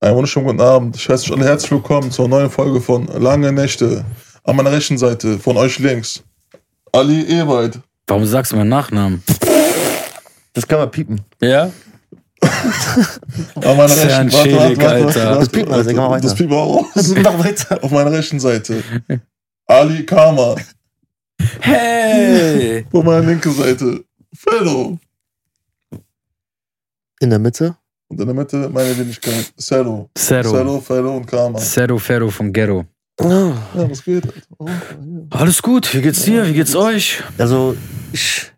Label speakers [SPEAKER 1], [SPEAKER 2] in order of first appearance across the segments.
[SPEAKER 1] Einen wunderschönen guten Abend. Ich heiße euch alle herzlich willkommen zur neuen Folge von Lange Nächte. An meiner rechten Seite, von euch links, Ali Ewald.
[SPEAKER 2] Warum sagst du meinen Nachnamen?
[SPEAKER 3] Das kann man piepen.
[SPEAKER 2] Ja?
[SPEAKER 1] An meiner
[SPEAKER 2] Ist ja
[SPEAKER 1] rechten
[SPEAKER 2] ein Schädig, Alter.
[SPEAKER 3] Das piept man, deswegen machen wir weiter.
[SPEAKER 1] Das piept man auch raus.
[SPEAKER 3] Also Mach weiter.
[SPEAKER 1] Auf meiner rechten Seite, Ali Kama.
[SPEAKER 2] Hey!
[SPEAKER 1] Auf meiner linken Seite, Fellow.
[SPEAKER 3] In der Mitte.
[SPEAKER 1] Und in der Mitte, meine Wenigkeit, Cello.
[SPEAKER 2] Zero.
[SPEAKER 1] Cello, Fellow und Kama.
[SPEAKER 2] Zero Ferro von Gero.
[SPEAKER 1] Ja, was geht? Alter? Oh, ja.
[SPEAKER 2] Alles gut, wie geht's dir? Wie geht's euch?
[SPEAKER 3] Also, ich,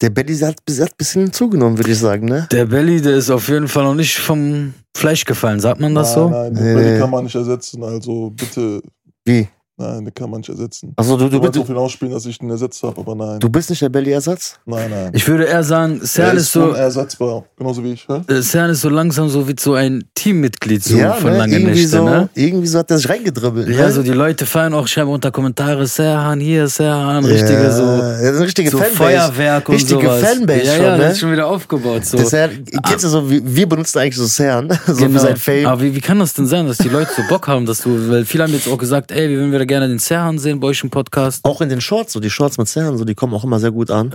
[SPEAKER 3] der Belly hat, hat ein bisschen zugenommen, würde ich sagen, ne?
[SPEAKER 2] Der Belly, der ist auf jeden Fall noch nicht vom Fleisch gefallen, sagt man das so?
[SPEAKER 1] Nein, nein, den
[SPEAKER 3] Nee,
[SPEAKER 1] Belly
[SPEAKER 3] nee.
[SPEAKER 1] kann man nicht ersetzen, also bitte.
[SPEAKER 3] Wie?
[SPEAKER 1] Nein, den kann man nicht ersetzen.
[SPEAKER 3] Also, du, du,
[SPEAKER 1] Du wolltest
[SPEAKER 3] du,
[SPEAKER 1] auf ihn ausspielen, dass ich den ersetzt habe, aber nein.
[SPEAKER 3] du bist nicht der Belly-Ersatz?
[SPEAKER 1] Nein, nein.
[SPEAKER 2] Ich würde eher sagen,
[SPEAKER 1] Er
[SPEAKER 2] Cern ist so.
[SPEAKER 1] unersetzbar, genauso wie ich. Hä?
[SPEAKER 2] äh, Cern ist so langsam so wie so ein Teammitglied so von lange
[SPEAKER 3] ne? irgendwie,
[SPEAKER 2] Nächte,
[SPEAKER 3] so,
[SPEAKER 2] ne?
[SPEAKER 3] irgendwie so hat er sich reingedribbelt.
[SPEAKER 2] Ja,
[SPEAKER 3] ne?
[SPEAKER 2] so die Leute feiern auch, schreiben unter Kommentare, Serhan hier, Serhan,
[SPEAKER 3] Ja,
[SPEAKER 2] richtige so,
[SPEAKER 3] Das ist eine richtige
[SPEAKER 2] so
[SPEAKER 3] Fanbase.
[SPEAKER 2] Feuerwerk und
[SPEAKER 3] richtige
[SPEAKER 2] sowas.
[SPEAKER 3] Fanbase
[SPEAKER 2] ja,
[SPEAKER 3] schon,
[SPEAKER 2] ja,
[SPEAKER 3] ne?
[SPEAKER 2] das ist schon wieder aufgebaut so. Genau.
[SPEAKER 3] Das ist ja, kennst du so, wie- wir benutzen eigentlich so CERN, so für sein Fame.
[SPEAKER 2] Aber wie, wie kann das denn sein, dass die Leute so Bock haben, dass du, weil viele haben jetzt auch gesagt, ey, wir würden wieder gerne den Serhan sehen bei euch im Podcast.
[SPEAKER 3] auch in den Shorts, so die Shorts mit CERN, so, die kommen auch immer sehr gut an.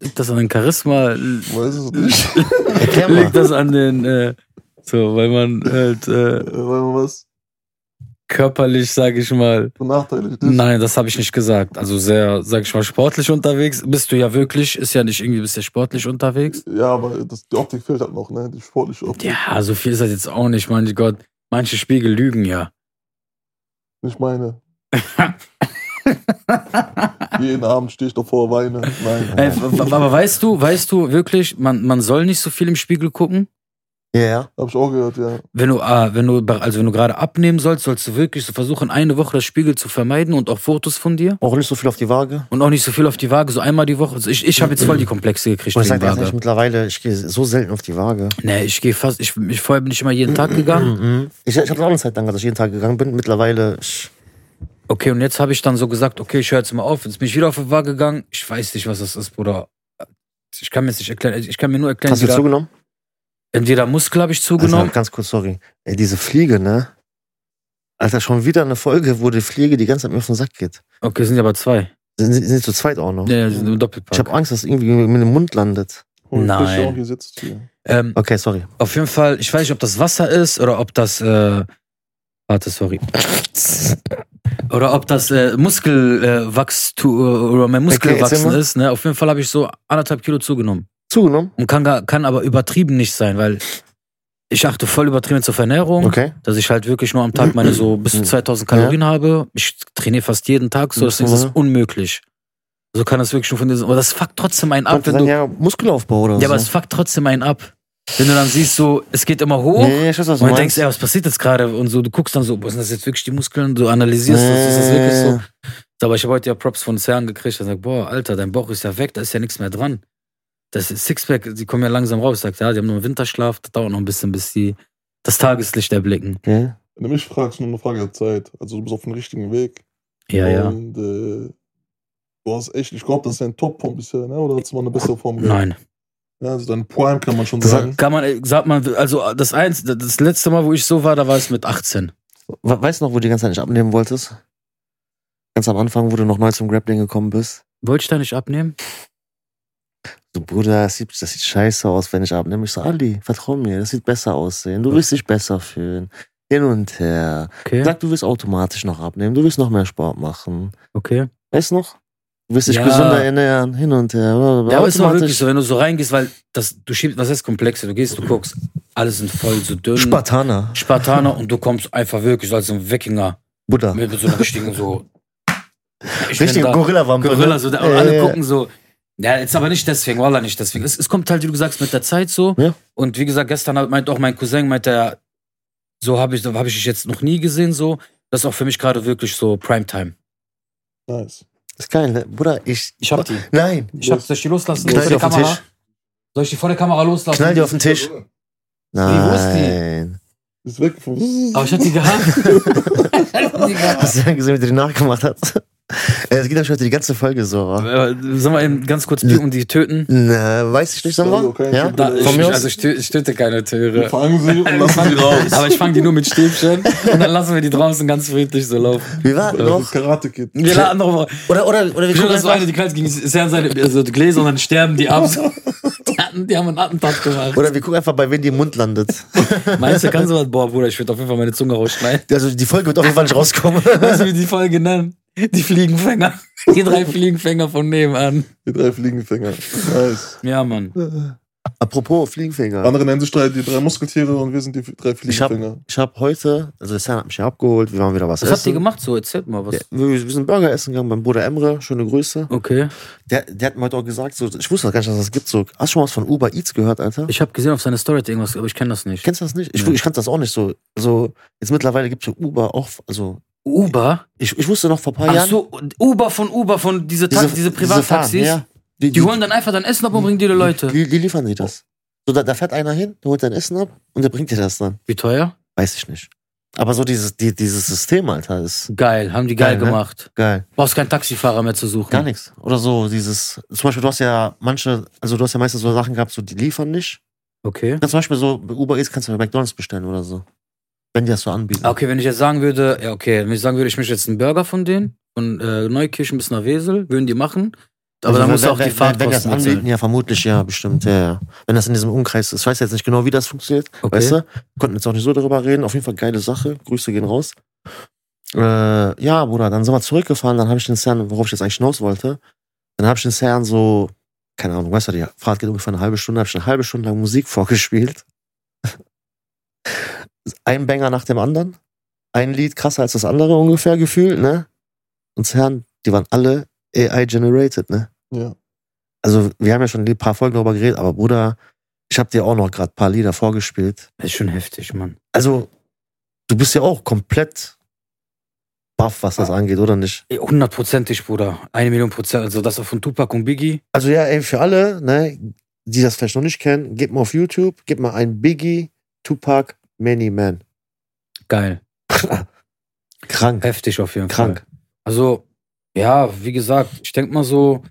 [SPEAKER 2] Liegt das an den Charisma? L-
[SPEAKER 1] Weiß es nicht.
[SPEAKER 3] Erklär mal.
[SPEAKER 2] Liegt das an den, äh, so, weil man halt äh,
[SPEAKER 1] Äh, Sagen wir was?
[SPEAKER 2] körperlich, sag ich mal,
[SPEAKER 1] Benachteiligt ist.
[SPEAKER 2] nein, das habe ich nicht gesagt. Also sehr, sag ich mal, sportlich unterwegs. Bist du ja wirklich, ist ja nicht irgendwie, bist ja sportlich unterwegs.
[SPEAKER 1] Ja, aber das, die Optik fehlt halt noch, ne? Die sportliche Optik.
[SPEAKER 2] Ja, Ah, so viel ist das jetzt auch nicht, mein Gott. Manche Spiegel lügen ja.
[SPEAKER 1] Nicht meine. Jeden Abend stehe ich davor, weine. Nein.
[SPEAKER 2] Ey, w- w- Äh, aber weißt du, weißt du wirklich, man, man soll nicht so viel im Spiegel gucken?
[SPEAKER 3] Ja, ja.
[SPEAKER 1] Hab ich auch gehört, ja.
[SPEAKER 2] Wenn du, ah, wenn du, also wenn du gerade abnehmen sollst, sollst du wirklich so versuchen, eine Woche das Spiegel zu vermeiden und auch Fotos von dir
[SPEAKER 3] Auch nicht so viel auf die Waage.
[SPEAKER 2] und auch nicht so viel auf die Waage, so einmal die Woche. Also ich ich habe jetzt voll die Komplexe gekriegt
[SPEAKER 3] Und ich
[SPEAKER 2] wegen
[SPEAKER 3] sag dir ehrlich,
[SPEAKER 2] Waage.
[SPEAKER 3] mittlerweile, ich gehe so selten auf die Waage.
[SPEAKER 2] Nee, ich gehe fast, ich, ich vorher bin ich immer jeden Tag gegangen.
[SPEAKER 3] Mhm. Ich, ich habe auch eine Zeit lang, dass ich jeden Tag gegangen bin. Mittlerweile, ich,
[SPEAKER 2] Okay, und jetzt habe ich dann so gesagt, okay, ich höre jetzt mal auf. Jetzt bin ich wieder auf die Waage gegangen. Ich weiß nicht, was das ist, Bruder. Ich kann mir jetzt nicht erklären, ich kann mir nur erklären,
[SPEAKER 3] hast du
[SPEAKER 2] entweder,
[SPEAKER 3] zugenommen? Also-
[SPEAKER 2] entweder Muskel habe ich zugenommen.
[SPEAKER 3] Alter, ganz kurz, sorry. Ey, diese Fliege, ne? Alter, schon wieder eine Folge, wo die Fliege die ganze Zeit mir auf den Sack geht.
[SPEAKER 2] Okay, sind ja aber zwei.
[SPEAKER 3] Sind, sind sind zu zweit auch noch.
[SPEAKER 2] Nee, sind im
[SPEAKER 3] Ich
[SPEAKER 2] Doppelpack.
[SPEAKER 3] habe Angst, dass irgendwie mit dem Mund landet.
[SPEAKER 1] Und
[SPEAKER 2] Nein.
[SPEAKER 1] Christian hier sitzt hier.
[SPEAKER 2] Ähm,
[SPEAKER 3] Okay, sorry.
[SPEAKER 2] auf jeden Fall, ich weiß nicht, ob das Wasser ist oder ob das, äh, warte, sorry. Oder ob das äh, Muskelwachstum äh, Wachstu- oder mein
[SPEAKER 3] Okay, erzähl
[SPEAKER 2] Muskelwachsen
[SPEAKER 3] mal.
[SPEAKER 2] ist. Ne? Auf jeden Fall habe ich so anderthalb Kilo zugenommen.
[SPEAKER 3] Zugenommen?
[SPEAKER 2] Und kann, gar- kann aber übertrieben nicht sein, weil ich achte voll übertrieben zur Ernährung.
[SPEAKER 3] Okay.
[SPEAKER 2] Dass ich halt wirklich nur am Tag meine so bis zu 2000 Kalorien habe. Ich trainiere fast jeden Tag, so deswegen ist das
[SPEAKER 3] Mhm.
[SPEAKER 2] unmöglich. So kann das wirklich schon von dir sein. Aber das fuckt trotzdem einen ab,
[SPEAKER 3] Ab,
[SPEAKER 2] wenn
[SPEAKER 3] dann
[SPEAKER 2] du.
[SPEAKER 3] ja Muskelaufbau oder
[SPEAKER 2] Ja,
[SPEAKER 3] so.
[SPEAKER 2] aber es fuckt trotzdem einen ab. Wenn du dann siehst, so, es geht immer hoch.
[SPEAKER 3] Nee, ich weiß, was du
[SPEAKER 2] Und du
[SPEAKER 3] meinst.
[SPEAKER 2] denkst, ey, was passiert jetzt gerade? Und so, du guckst dann so, boah, sind das jetzt wirklich die Muskeln? Du analysierst das, ist das wirklich so? Aber ich habe heute ja Props von CERN gekriegt. Er sagt, boah, Alter, dein Bauch ist ja weg, da ist ja nichts mehr dran. Das ist Sixpack, die kommen ja langsam raus. Sagt, ja, die haben nur einen Winterschlaf, das dauert noch ein bisschen, bis die das Tageslicht erblicken.
[SPEAKER 3] Okay.
[SPEAKER 1] Wenn du mich fragst, nur eine Frage der Zeit. Also du bist auf dem richtigen Weg.
[SPEAKER 2] Ja, ja.
[SPEAKER 1] Und äh, du hast echt, ich glaube, das ist dein Topform bisher, ne? Oder hast du mal eine bessere Form gehabt?
[SPEAKER 2] Nein.
[SPEAKER 1] Ja, also dein Prime kann man schon
[SPEAKER 3] Das
[SPEAKER 1] sagen.
[SPEAKER 2] Kann man, sagt man, also das eins, das letzte Mal, wo ich so war, da war es mit 18.
[SPEAKER 3] We- Weißt du noch, wo du die ganze Zeit nicht abnehmen wolltest? Ganz am Anfang, wo du noch neu zum Grappling gekommen bist.
[SPEAKER 2] Wollte ich da nicht abnehmen?
[SPEAKER 3] So, Bruder, das sieht, das sieht scheiße aus, wenn ich abnehme. Ich so, Ali, vertrau mir, das sieht besser aussehen. Du wirst dich besser fühlen. Hin und her.
[SPEAKER 2] Okay.
[SPEAKER 3] Sag, du wirst automatisch noch abnehmen. Du wirst noch mehr Sport machen.
[SPEAKER 2] Okay.
[SPEAKER 3] Weißt du noch? Du wirst dich
[SPEAKER 2] Ja.
[SPEAKER 3] gesünder ernähren. Hin und her.
[SPEAKER 2] Ja, aber es war wirklich so, wenn du so reingehst, weil das, du schiebst, was heißt komplexe? Du gehst, du guckst, alle sind voll so dünn.
[SPEAKER 3] Spartaner.
[SPEAKER 2] Spartaner und du kommst einfach wirklich so als ein Wikinger.
[SPEAKER 3] Buddha.
[SPEAKER 2] Mit so einem richtigen so. Ich bin
[SPEAKER 3] Richtig,
[SPEAKER 2] da.
[SPEAKER 3] Gorilla-Wampe. ne?
[SPEAKER 2] Gorilla, so, da, und alle
[SPEAKER 3] ja,
[SPEAKER 2] gucken so. Ja, jetzt aber nicht deswegen, Wallah nicht deswegen. Es, es kommt halt, wie du sagst, mit der Zeit so.
[SPEAKER 3] Ja.
[SPEAKER 2] Und wie gesagt, gestern hat- meint auch mein Cousin, meint er, so habe ich, so hab ich dich jetzt noch nie gesehen, so. Das ist auch für mich gerade wirklich so Primetime.
[SPEAKER 1] Nice.
[SPEAKER 3] Ist geil, ne? Bruder, ich.
[SPEAKER 2] Ich hab die.
[SPEAKER 3] Nein.
[SPEAKER 2] Ich hab, soll ich die loslassen?
[SPEAKER 3] Knall
[SPEAKER 2] Vor
[SPEAKER 3] die
[SPEAKER 2] der
[SPEAKER 3] auf den
[SPEAKER 2] Kamera?
[SPEAKER 3] Tisch.
[SPEAKER 2] Soll ich die vor der Kamera loslassen?
[SPEAKER 3] Knall die auf den Tisch.
[SPEAKER 2] wo ist die?
[SPEAKER 3] Nein.
[SPEAKER 1] Ist
[SPEAKER 2] Hm?
[SPEAKER 1] weg vom.
[SPEAKER 2] Aber ich hab die gehabt. Ich hab die gehabt.
[SPEAKER 3] Hast du ja gesehen, wie du die nachgemacht hast? Es geht euch heute die ganze Folge so. wa?
[SPEAKER 2] Äh, Sollen wir eben ganz kurz picken und die töten?
[SPEAKER 3] Na, weiß ich nicht, sollen
[SPEAKER 1] Sorry,
[SPEAKER 3] wir?
[SPEAKER 1] okay,
[SPEAKER 3] ja?
[SPEAKER 1] ich hab-
[SPEAKER 2] Da, ich,
[SPEAKER 3] Von mir aus?
[SPEAKER 2] also ich, tö ich töte keine Tiere.
[SPEAKER 1] Fangen sie und lassen sie raus.
[SPEAKER 2] Aber ich fange die nur mit Stäbchen und dann lassen wir die draußen ganz friedlich so laufen.
[SPEAKER 3] Wir warten
[SPEAKER 1] Das ist
[SPEAKER 3] noch.
[SPEAKER 1] Karate Kid.
[SPEAKER 2] Wir laden noch mal.
[SPEAKER 3] Oder, oder, oder wir
[SPEAKER 2] Ich
[SPEAKER 3] gucken
[SPEAKER 2] das so eine,
[SPEAKER 3] einfach,
[SPEAKER 2] die knallt gegen Sern seine also die Gläser und dann sterben die ab. So. Die, hatten, die haben einen Attentat gemacht.
[SPEAKER 3] oder wir gucken einfach, bei wem die im Mund landet.
[SPEAKER 2] Meinst du, kann sowas? Boah, Bruder, ich würde auf jeden Fall meine Zunge rausschneiden.
[SPEAKER 3] Also die Folge wird auf jeden Fall nicht rauskommen.
[SPEAKER 2] Weißt du, wie die Folge nennen? Die Fliegenfänger. Die drei Fliegenfänger von nebenan.
[SPEAKER 1] Die drei Fliegenfänger. Nice.
[SPEAKER 2] Ja, Mann.
[SPEAKER 3] Apropos Fliegenfänger.
[SPEAKER 1] Andere nennen sich drei, die drei Muskeltiere und wir sind die drei
[SPEAKER 3] Ich hab,
[SPEAKER 1] Fliegenfänger.
[SPEAKER 3] ich hab heute, also der Sam hat mich ja abgeholt, wir waren wieder was
[SPEAKER 2] Was
[SPEAKER 3] essen.
[SPEAKER 2] habt ihr gemacht so? Erzählt mal was.
[SPEAKER 3] Ja, wir, wir sind Burger essen gegangen beim Bruder Emre, schöne Grüße.
[SPEAKER 2] Okay.
[SPEAKER 3] Der, der hat mir heute auch gesagt, so, ich wusste gar nicht, dass das gibt. So, hast du schon mal was von Uber Eats gehört, Alter?
[SPEAKER 2] Ich habe gesehen auf seiner Story hat irgendwas, aber ich kenne das nicht.
[SPEAKER 3] Kennst du das nicht? Ich,
[SPEAKER 2] Nee.
[SPEAKER 3] ich kannte das auch nicht so. Also, jetzt mittlerweile gibt es ja Uber auch, also,
[SPEAKER 2] Uber?
[SPEAKER 3] ich, ich wusste noch vor ein paar
[SPEAKER 2] Ach
[SPEAKER 3] Jahren.
[SPEAKER 2] so, und Uber von Uber, von diese, Ta diese, Privattaxis.
[SPEAKER 3] Fahren, ja. die,
[SPEAKER 2] Die holen dann einfach dein Essen ab und bringen dir die Leute.
[SPEAKER 3] Die, die liefern dir das. So, da, da fährt einer hin, der holt dein Essen ab und der bringt dir das dann.
[SPEAKER 2] Wie teuer?
[SPEAKER 3] Weiß ich nicht. Aber so dieses, die, dieses System, Alter, ist
[SPEAKER 2] Geil, haben die geil,
[SPEAKER 3] Geil, ne?
[SPEAKER 2] gemacht.
[SPEAKER 3] geil.
[SPEAKER 2] Brauchst keinen Taxifahrer mehr zu suchen.
[SPEAKER 3] Gar nichts. Oder so dieses, zum Beispiel, du hast ja manche, also du hast ja meistens so Sachen gehabt, so die liefern nicht.
[SPEAKER 2] Okay.
[SPEAKER 3] Ja, zum Beispiel so, bei Uber Eats kannst du bei McDonalds bestellen oder so. Wenn die das so anbieten.
[SPEAKER 2] Ah, Okay, wenn ich jetzt sagen würde, ja, okay, wenn ich sagen würde, ich möchte jetzt einen Burger von denen, von äh, Neukirchen bis nach Wesel, würden die machen. Aber dann
[SPEAKER 3] Also wenn-
[SPEAKER 2] musst du auch
[SPEAKER 3] wenn-
[SPEAKER 2] die
[SPEAKER 3] wenn- Wenn die das
[SPEAKER 2] Fahrtkosten
[SPEAKER 3] anbieten,
[SPEAKER 2] bezahlen.
[SPEAKER 3] ja, vermutlich, ja, bestimmt, ja, ja. Wenn das in diesem Umkreis ist. Ich weiß jetzt nicht genau, wie das funktioniert.
[SPEAKER 2] Okay.
[SPEAKER 3] Weißt du? Konnten jetzt auch nicht so darüber reden. Auf jeden Fall geile Sache. Grüße gehen raus. Äh, ja, Bruder, dann sind wir zurückgefahren. Dann habe ich den CERN, worauf ich jetzt eigentlich hinaus wollte, dann habe ich den CERN so, keine Ahnung, weißt du, die Fahrt geht ungefähr eine halbe Stunde, habe ich eine halbe Stunde lang Musik vorgespielt. Ein Banger nach dem anderen. Ein Lied krasser als das andere ungefähr gefühlt, ne? Und CERN, die waren alle AI-generated, ne?
[SPEAKER 1] Ja.
[SPEAKER 3] Also, wir haben ja schon ein paar Folgen darüber geredet, aber Bruder, ich habe dir auch noch gerade ein paar Lieder vorgespielt
[SPEAKER 2] Das ist schon heftig, Mann.
[SPEAKER 3] also du bist ja auch komplett baff, was das angeht, oder nicht?
[SPEAKER 2] Ey, Hundertprozentig, Bruder. Eine Million Prozent. Also das auch von Tupac und Biggie.
[SPEAKER 3] Also ja, ey, für alle, ne, die das vielleicht noch nicht kennen, gebt mal auf YouTube, gebt mal ein Biggie, Tupac, Many Man.
[SPEAKER 2] Geil.
[SPEAKER 3] Krank,
[SPEAKER 2] Heftig auf jeden Fall.
[SPEAKER 3] krank.
[SPEAKER 2] Also, ja, wie gesagt, ich denke mal so,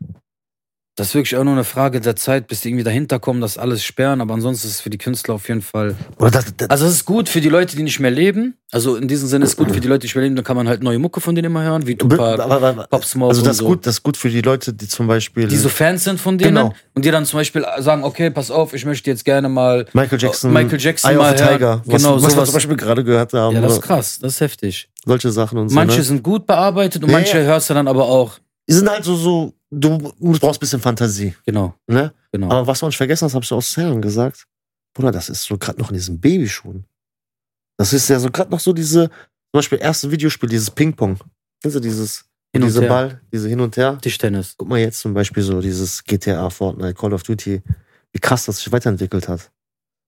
[SPEAKER 2] das ist wirklich auch nur eine Frage der Zeit, bis die irgendwie dahinter kommen, das alles sperren. Aber ansonsten ist es für die Künstler auf jeden Fall.
[SPEAKER 3] Oder das, das,
[SPEAKER 2] Also, es ist gut für die Leute, die nicht mehr leben. Also, in diesem Sinne ist es gut für die Leute, die nicht mehr leben. Dann kann man halt neue Mucke von denen immer hören, wie
[SPEAKER 3] aber,
[SPEAKER 2] Tupac,
[SPEAKER 3] aber, aber,
[SPEAKER 2] Pop Smoke
[SPEAKER 3] also das ist
[SPEAKER 2] und so.
[SPEAKER 3] gut, das ist gut für die Leute, die zum Beispiel
[SPEAKER 2] Die so Fans sind von denen
[SPEAKER 3] Genau.
[SPEAKER 2] und die dann zum Beispiel sagen, okay, pass auf, ich möchte jetzt gerne mal. äh,
[SPEAKER 3] Michael Jackson,
[SPEAKER 2] Michael Jackson
[SPEAKER 3] Eye
[SPEAKER 2] mal
[SPEAKER 3] of the
[SPEAKER 2] hören.
[SPEAKER 3] Tiger,
[SPEAKER 2] Genau,
[SPEAKER 3] was, was wir
[SPEAKER 2] sowas.
[SPEAKER 3] zum Beispiel gerade gehört haben,
[SPEAKER 2] Ja, das ist
[SPEAKER 3] oder
[SPEAKER 2] krass, das ist heftig.
[SPEAKER 3] solche Sachen und
[SPEAKER 2] Manche
[SPEAKER 3] so. Ne?
[SPEAKER 2] sind gut bearbeitet und
[SPEAKER 3] Ja,
[SPEAKER 2] manche
[SPEAKER 3] ja.
[SPEAKER 2] hörst du dann aber auch.
[SPEAKER 3] Die sind halt so, so, du brauchst ein bisschen Fantasie,
[SPEAKER 2] Genau,
[SPEAKER 3] ne?
[SPEAKER 2] genau.
[SPEAKER 3] Aber was wir nicht vergessen, das habe ich auch Sam gesagt. Bruder, das ist so gerade noch in diesen Babyschuhen. Das ist ja so gerade noch so diese, zum Beispiel erste Videospiel, dieses Ping-Pong. Kennst du dieses,
[SPEAKER 2] Hin und
[SPEAKER 3] diese
[SPEAKER 2] her.
[SPEAKER 3] Ball, diese hin und her?
[SPEAKER 2] Tischtennis.
[SPEAKER 3] Guck mal jetzt zum Beispiel so dieses GTA, Fortnite, Call of Duty, wie krass das sich weiterentwickelt hat.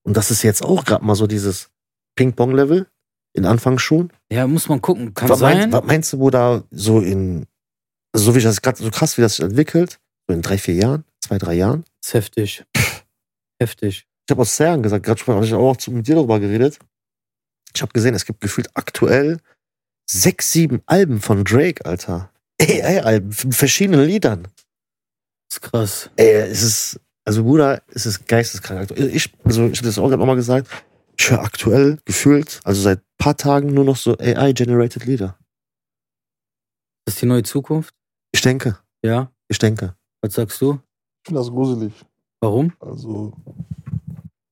[SPEAKER 3] Und das ist jetzt auch gerade mal so dieses Ping-Pong-Level in Anfangsschuhen.
[SPEAKER 2] Ja, muss man gucken. Kann
[SPEAKER 3] Was,
[SPEAKER 2] sein.
[SPEAKER 3] meinst- was meinst du, Bruder, so in, so wie ich das gerade, so krass, wie das sich entwickelt, so in drei, vier Jahren, zwei, drei Jahren?
[SPEAKER 2] ist heftig. Heftig.
[SPEAKER 3] Ich habe aus Serien gesagt, gerade schon habe ich auch zu- mit dir darüber geredet. Ich habe gesehen, es gibt gefühlt aktuell sechs, sieben Alben von Drake, Alter. AI-Alben von verschiedenen Liedern.
[SPEAKER 2] ist krass.
[SPEAKER 3] Ey, es ist, also Bruder, es ist geisteskrank. aktuell. Ich, also ich habe das auch gerade nochmal gesagt, ich höre aktuell gefühlt, also seit paar Tagen nur noch so AI-generated Lieder.
[SPEAKER 2] Das ist die neue Zukunft.
[SPEAKER 3] Ich denke,
[SPEAKER 2] Ja.
[SPEAKER 3] ich denke.
[SPEAKER 2] Was sagst du?
[SPEAKER 1] Ich finde das gruselig.
[SPEAKER 2] Warum?
[SPEAKER 1] Also,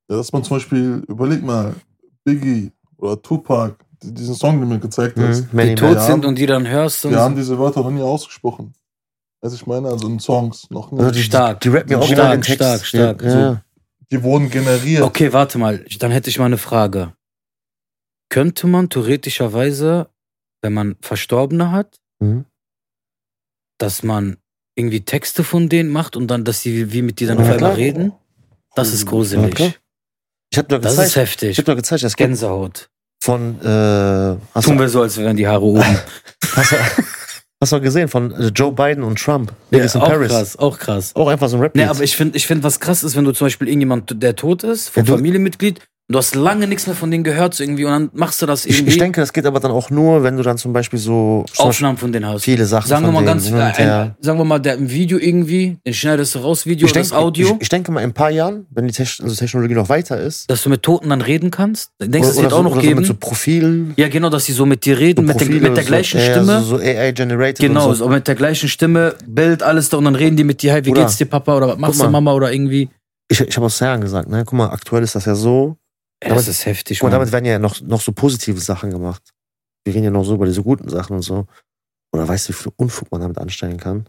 [SPEAKER 1] ja, dass man zum Beispiel, überleg mal, Biggie oder Tupac, die, diesen Song, den du mir gezeigt hast,
[SPEAKER 3] Mhm. Many
[SPEAKER 2] die
[SPEAKER 3] Man.
[SPEAKER 2] tot
[SPEAKER 1] Ja.
[SPEAKER 2] sind und die dann hörst und
[SPEAKER 1] die haben
[SPEAKER 2] so.
[SPEAKER 1] diese Wörter noch nie ausgesprochen. Also ich meine, also in Songs noch nie.
[SPEAKER 3] Also die,
[SPEAKER 2] Oh, Stark.
[SPEAKER 3] die rappen ja auch
[SPEAKER 1] Stark,
[SPEAKER 3] immer den Text.
[SPEAKER 2] stark, stark.
[SPEAKER 3] Ja, ja.
[SPEAKER 1] Die wurden generiert.
[SPEAKER 2] Okay, warte mal. Ich- Dann hätte ich mal eine Frage. Könnte man theoretischerweise, wenn man Verstorbene hat,
[SPEAKER 3] Mhm.
[SPEAKER 2] dass man irgendwie Texte von denen macht und dann, dass sie wie mit dir dann auf
[SPEAKER 3] Ja,
[SPEAKER 2] einmal
[SPEAKER 3] klar.
[SPEAKER 2] reden? Das
[SPEAKER 1] Mhm.
[SPEAKER 2] ist
[SPEAKER 3] Ja, klar.
[SPEAKER 2] gruselig.
[SPEAKER 3] Ich habe nur
[SPEAKER 2] Das ist
[SPEAKER 3] gezeigt, ich
[SPEAKER 2] heftig.
[SPEAKER 3] hab nur gezeigt, das gibt
[SPEAKER 2] Gänsehaut.
[SPEAKER 3] von, äh, hast du
[SPEAKER 2] Tun wir so, als wären die Haare oben.
[SPEAKER 3] Hast du, hast du gesehen von äh, Joe Biden und Trump? Niggas in
[SPEAKER 2] auch
[SPEAKER 3] Paris.
[SPEAKER 2] krass, auch krass.
[SPEAKER 3] Auch einfach so ein rap
[SPEAKER 2] Nee, aber ich finde, ich find, was krass ist, wenn du zum Beispiel irgendjemand, der tot ist, vom
[SPEAKER 3] Ja, du-
[SPEAKER 2] Familienmitglied, Und du hast lange nichts mehr von denen gehört so irgendwie und dann machst du das
[SPEAKER 3] Ich,
[SPEAKER 2] irgendwie.
[SPEAKER 3] ich denke, das geht aber dann auch nur, wenn du dann zum Beispiel so zum Beispiel
[SPEAKER 2] Aufnahmen von denen hast.
[SPEAKER 3] viele Sachen
[SPEAKER 2] Sagen wir
[SPEAKER 3] von
[SPEAKER 2] mal
[SPEAKER 3] denen
[SPEAKER 2] ganz,
[SPEAKER 3] hin und
[SPEAKER 2] ein,
[SPEAKER 3] her.
[SPEAKER 2] sagen wir mal, der im Video irgendwie, den schneidest du raus, Video,
[SPEAKER 3] Ich
[SPEAKER 2] das
[SPEAKER 3] denke,
[SPEAKER 2] Audio,
[SPEAKER 3] ich, ich denke mal, in ein paar Jahren, wenn die Techn also Technologie noch weiter ist,
[SPEAKER 2] dass du mit Toten dann reden kannst. Dann denkst du, es
[SPEAKER 3] oder
[SPEAKER 2] wird
[SPEAKER 3] so,
[SPEAKER 2] auch noch
[SPEAKER 3] oder so
[SPEAKER 2] geben.
[SPEAKER 3] mit so Profilen,
[SPEAKER 2] ja, genau, dass sie so mit dir reden, mit, den,
[SPEAKER 3] Profile
[SPEAKER 2] mit der
[SPEAKER 3] so,
[SPEAKER 2] gleichen
[SPEAKER 3] ja, ja,
[SPEAKER 2] Stimme.
[SPEAKER 3] so, so AI generated
[SPEAKER 2] genau,
[SPEAKER 3] und
[SPEAKER 2] so. mit der gleichen Stimme, Bild, alles da und dann reden die mit dir, hey, wie
[SPEAKER 3] Bruder,
[SPEAKER 2] geht's dir, Papa, oder was machst
[SPEAKER 3] guck
[SPEAKER 2] du,
[SPEAKER 3] mal.
[SPEAKER 2] Mama, oder irgendwie.
[SPEAKER 3] Ich, ich habe auch Serien gesagt, ne? Guck mal, aktuell ist das ja so.
[SPEAKER 2] Ey,
[SPEAKER 3] Damit-
[SPEAKER 2] das ist heftig,
[SPEAKER 3] Guck mal,
[SPEAKER 2] Mann.
[SPEAKER 3] damit werden ja noch, noch so positive Sachen gemacht. Wir reden ja noch so über diese guten Sachen und so. Oder weißt du, wie viel Unfug man damit anstellen kann?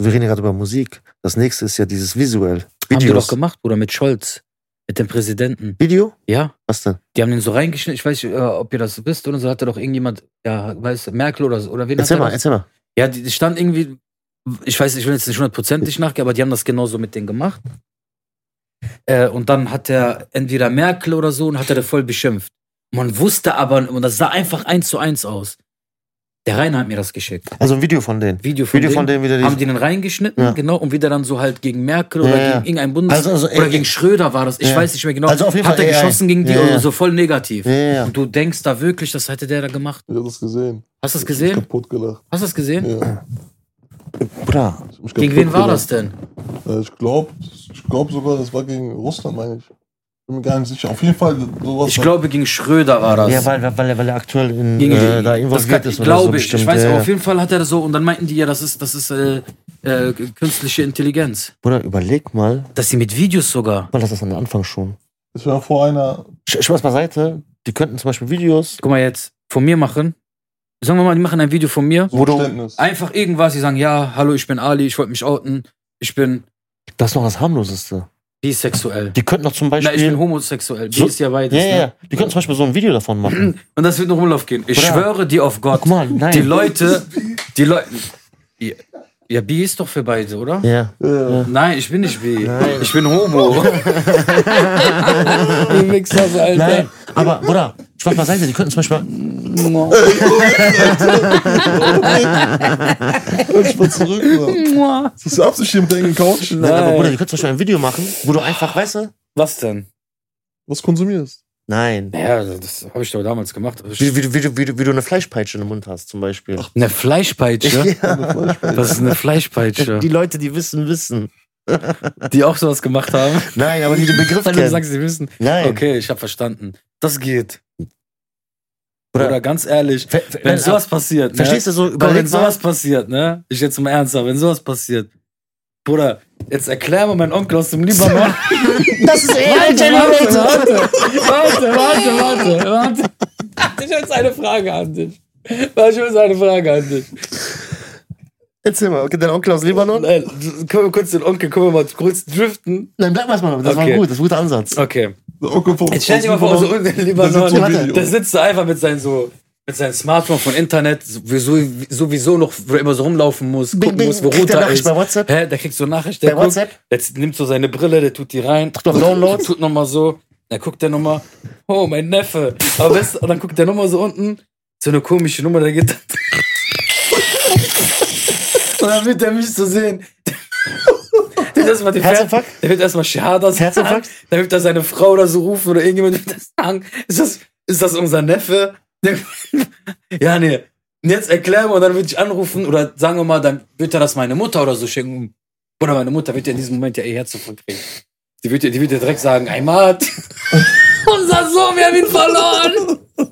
[SPEAKER 3] Wir reden ja gerade über Musik. Das nächste ist ja dieses visuell.
[SPEAKER 2] Haben die doch
[SPEAKER 3] Videos.
[SPEAKER 2] gemacht, Bruder, mit Scholz, mit dem Präsidenten.
[SPEAKER 3] Video?
[SPEAKER 2] Ja,
[SPEAKER 3] Was denn?
[SPEAKER 2] die haben den so reingeschnitten. Ich weiß nicht, äh, ob ihr das wisst oder so. Hatte doch irgendjemand, ja, weiß Merkel oder so. Oder wen
[SPEAKER 3] Erzähl
[SPEAKER 2] hat er
[SPEAKER 3] mal,
[SPEAKER 2] das?
[SPEAKER 3] erzähl mal.
[SPEAKER 2] Ja, die die stand irgendwie, ich weiß, ich will jetzt nicht hundertprozentig nachgehen, aber die haben das genauso mit denen gemacht. Äh, und dann hat er entweder Merkel oder so und hat er da voll beschimpft. Man wusste aber, und das sah einfach eins zu eins aus. Der Rainer hat mir das geschickt.
[SPEAKER 3] Also ein Video von denen.
[SPEAKER 2] Video von,
[SPEAKER 3] Video
[SPEAKER 2] denen,
[SPEAKER 3] von denen, wie der
[SPEAKER 2] Haben
[SPEAKER 3] die.
[SPEAKER 2] die dann reingeschnitten,
[SPEAKER 3] Ja.
[SPEAKER 2] genau, und wieder dann so halt gegen Merkel oder
[SPEAKER 3] Ja, ja.
[SPEAKER 2] gegen irgendeinen Bundes...
[SPEAKER 3] Also, also,
[SPEAKER 2] oder
[SPEAKER 3] äh,
[SPEAKER 2] gegen Schröder war das, ich
[SPEAKER 3] ja.
[SPEAKER 2] weiß nicht mehr genau.
[SPEAKER 3] Also auf jeden
[SPEAKER 2] hat
[SPEAKER 3] Fall
[SPEAKER 2] er
[SPEAKER 3] AI.
[SPEAKER 2] geschossen gegen die
[SPEAKER 3] Ja,
[SPEAKER 2] und
[SPEAKER 3] ja.
[SPEAKER 2] so voll negativ.
[SPEAKER 3] Ja, ja, ja.
[SPEAKER 2] Und du denkst da wirklich, das hätte der da gemacht.
[SPEAKER 1] Ich hab das gesehen.
[SPEAKER 2] Hast du
[SPEAKER 1] Ich hab
[SPEAKER 2] das
[SPEAKER 1] mich
[SPEAKER 2] gesehen?
[SPEAKER 1] kaputt gelacht.
[SPEAKER 2] Hast du das gesehen?
[SPEAKER 1] Ja.
[SPEAKER 3] Bruder,
[SPEAKER 1] Ich hab mich
[SPEAKER 2] Gegen
[SPEAKER 1] kaputt
[SPEAKER 2] wen war das
[SPEAKER 1] gelacht.
[SPEAKER 2] denn?
[SPEAKER 1] Äh, Ich glaube ich glaub sogar, das war gegen Russland, meine ich. Bin mir gar nicht sicher. Auf jeden Fall sowas.
[SPEAKER 2] Ich glaube, gegen Schröder war das.
[SPEAKER 3] Ja, weil, weil, weil, er- weil er aktuell in,
[SPEAKER 2] gegen
[SPEAKER 3] äh, da
[SPEAKER 2] das kann,
[SPEAKER 3] involviert ist. oder
[SPEAKER 2] Glaube
[SPEAKER 3] so
[SPEAKER 2] ich.
[SPEAKER 3] bestimmt.
[SPEAKER 2] ich weiß,
[SPEAKER 3] ja,
[SPEAKER 2] aber
[SPEAKER 3] ja.
[SPEAKER 2] auf jeden Fall hat er das so. Und dann meinten die ja, das ist, das ist äh, äh, künstliche Intelligenz.
[SPEAKER 3] Bruder, überleg mal,
[SPEAKER 2] Dass sie mit Videos sogar.
[SPEAKER 3] mal das ist am Anfang schon.
[SPEAKER 1] Ich war vor einer.
[SPEAKER 3] Sch- Spaß beiseite, die könnten zum Beispiel Videos,
[SPEAKER 2] Guck mal jetzt, von mir machen. Sagen wir mal, die machen ein Video von mir.
[SPEAKER 1] So
[SPEAKER 3] Wo du-
[SPEAKER 1] Verständnis.
[SPEAKER 2] Einfach irgendwas, die sagen, ja, hallo, ich bin Ali, ich wollte mich outen, ich bin
[SPEAKER 3] das ist noch das harmloseste.
[SPEAKER 2] bisexuell.
[SPEAKER 3] Die könnten noch zum
[SPEAKER 2] Na, ich
[SPEAKER 3] Beispiel.
[SPEAKER 2] bin homosexuell. Bi
[SPEAKER 3] So-
[SPEAKER 2] ist ja beides.
[SPEAKER 3] ja, ja,
[SPEAKER 2] Ne?
[SPEAKER 3] ja. Die könnten zum Beispiel so ein Video davon machen.
[SPEAKER 2] Und das wird noch Umlauf gehen. Ich
[SPEAKER 3] Bruder.
[SPEAKER 2] schwöre dir auf Gott.
[SPEAKER 3] Guck mal, nein.
[SPEAKER 2] Die Leute, die Leute. Ja, Bi ist doch für beide, oder?
[SPEAKER 3] Ja.
[SPEAKER 1] Ja.
[SPEAKER 2] Nein, ich bin nicht bi. Ich bin homo. du Wichser, so, Alter.
[SPEAKER 3] Nein, aber Bruder, Spaß beiseite, die könnten zum Beispiel.
[SPEAKER 1] Ich war zurück. Mann. Das ist absichtlich mit deinen Couch.
[SPEAKER 3] Nein, aber Bruder, die könnten zum Beispiel ein Video machen, wo du einfach, weißt du?
[SPEAKER 2] Was denn?
[SPEAKER 1] Was konsumierst?
[SPEAKER 3] Nein.
[SPEAKER 2] Ja, das habe ich doch damals gemacht.
[SPEAKER 3] Wie, wie, du- wie, du- wie, du- wie du eine Fleischpeitsche im Mund hast, zum Beispiel.
[SPEAKER 2] Eine Fleischpeitsche?
[SPEAKER 1] Eine Fleischpeitsche.
[SPEAKER 2] Was ist eine Fleischpeitsche?
[SPEAKER 3] Die Leute, die wissen, wissen.
[SPEAKER 2] Die auch sowas gemacht haben.
[SPEAKER 3] Nein, aber die den Begriff
[SPEAKER 2] Weil du
[SPEAKER 3] kennen.
[SPEAKER 2] sagst, sie wissen.
[SPEAKER 3] Nein.
[SPEAKER 2] Okay, ich habe verstanden. Das geht.
[SPEAKER 3] Bruder.
[SPEAKER 2] Oder ganz ehrlich,
[SPEAKER 3] Ver- ver-
[SPEAKER 2] wenn sowas passiert, ne?
[SPEAKER 3] Verstehst du so?
[SPEAKER 2] Komm, wenn
[SPEAKER 3] Überleg mal.
[SPEAKER 2] sowas passiert, ne? Ich jetzt mal ernsthaft, wenn sowas passiert. Bruder, jetzt erklär mal meinen Onkel aus dem Libanon.
[SPEAKER 3] Das ist eh eher
[SPEAKER 2] warte, warte, warte, warte, warte. Ich habe jetzt eine Frage an dich. Ich habe jetzt eine Frage an dich.
[SPEAKER 3] Erzähl mal, okay, dein Onkel aus Libanon?
[SPEAKER 2] Äh, Können wir kurz den Onkel, können wir mal kurz driften?
[SPEAKER 3] Nein, bleib mal erstmal, das
[SPEAKER 2] Okay.
[SPEAKER 3] war gut, das ist ein guter Ansatz.
[SPEAKER 2] Okay.
[SPEAKER 1] Der Onkel von
[SPEAKER 2] Jetzt stell dir mal vor, so unten in
[SPEAKER 1] Da sitzt so ein
[SPEAKER 2] Libanon,
[SPEAKER 1] Video.
[SPEAKER 2] da sitzt er einfach mit seinem so, mit seinem Smartphone von Internet, sowieso, sowieso noch, wo er immer so rumlaufen muss,
[SPEAKER 3] Bing,
[SPEAKER 2] gucken
[SPEAKER 3] bing,
[SPEAKER 2] muss, wo
[SPEAKER 3] kriegt er
[SPEAKER 2] Router
[SPEAKER 3] Nachricht
[SPEAKER 2] ist.
[SPEAKER 3] bei WhatsApp?
[SPEAKER 2] Hä, der kriegt so Nachricht,
[SPEAKER 3] Bei
[SPEAKER 2] der guckt,
[SPEAKER 3] WhatsApp?
[SPEAKER 2] jetzt nimmt so seine Brille, der tut die rein,
[SPEAKER 3] Drückt auf Download.
[SPEAKER 2] tut nochmal so, dann guckt er nochmal, oh, mein Neffe. Aber weißt, du, dann guckt er nochmal so unten, so eine komische Nummer, da geht Und dann wird er mich so sehen. Der wird erstmal die Fer-
[SPEAKER 3] Herzinfarkt?
[SPEAKER 2] Der wird erstmal Shahada sagen.
[SPEAKER 3] Herzinfarkt?
[SPEAKER 2] Dann wird er seine Frau oder so rufen oder irgendjemand wird das sagen. Ist das, ist das unser Neffe? ja, nee. Und jetzt erklären wir und dann würde ich anrufen oder sagen wir mal, dann wird er das meine Mutter oder so schicken. Oder meine Mutter wird ja in diesem Moment ja eh Herzinfarkt kriegen. Die wird, ja- die wird ja direkt sagen, Heimat, unser Sohn, wir haben ihn verloren.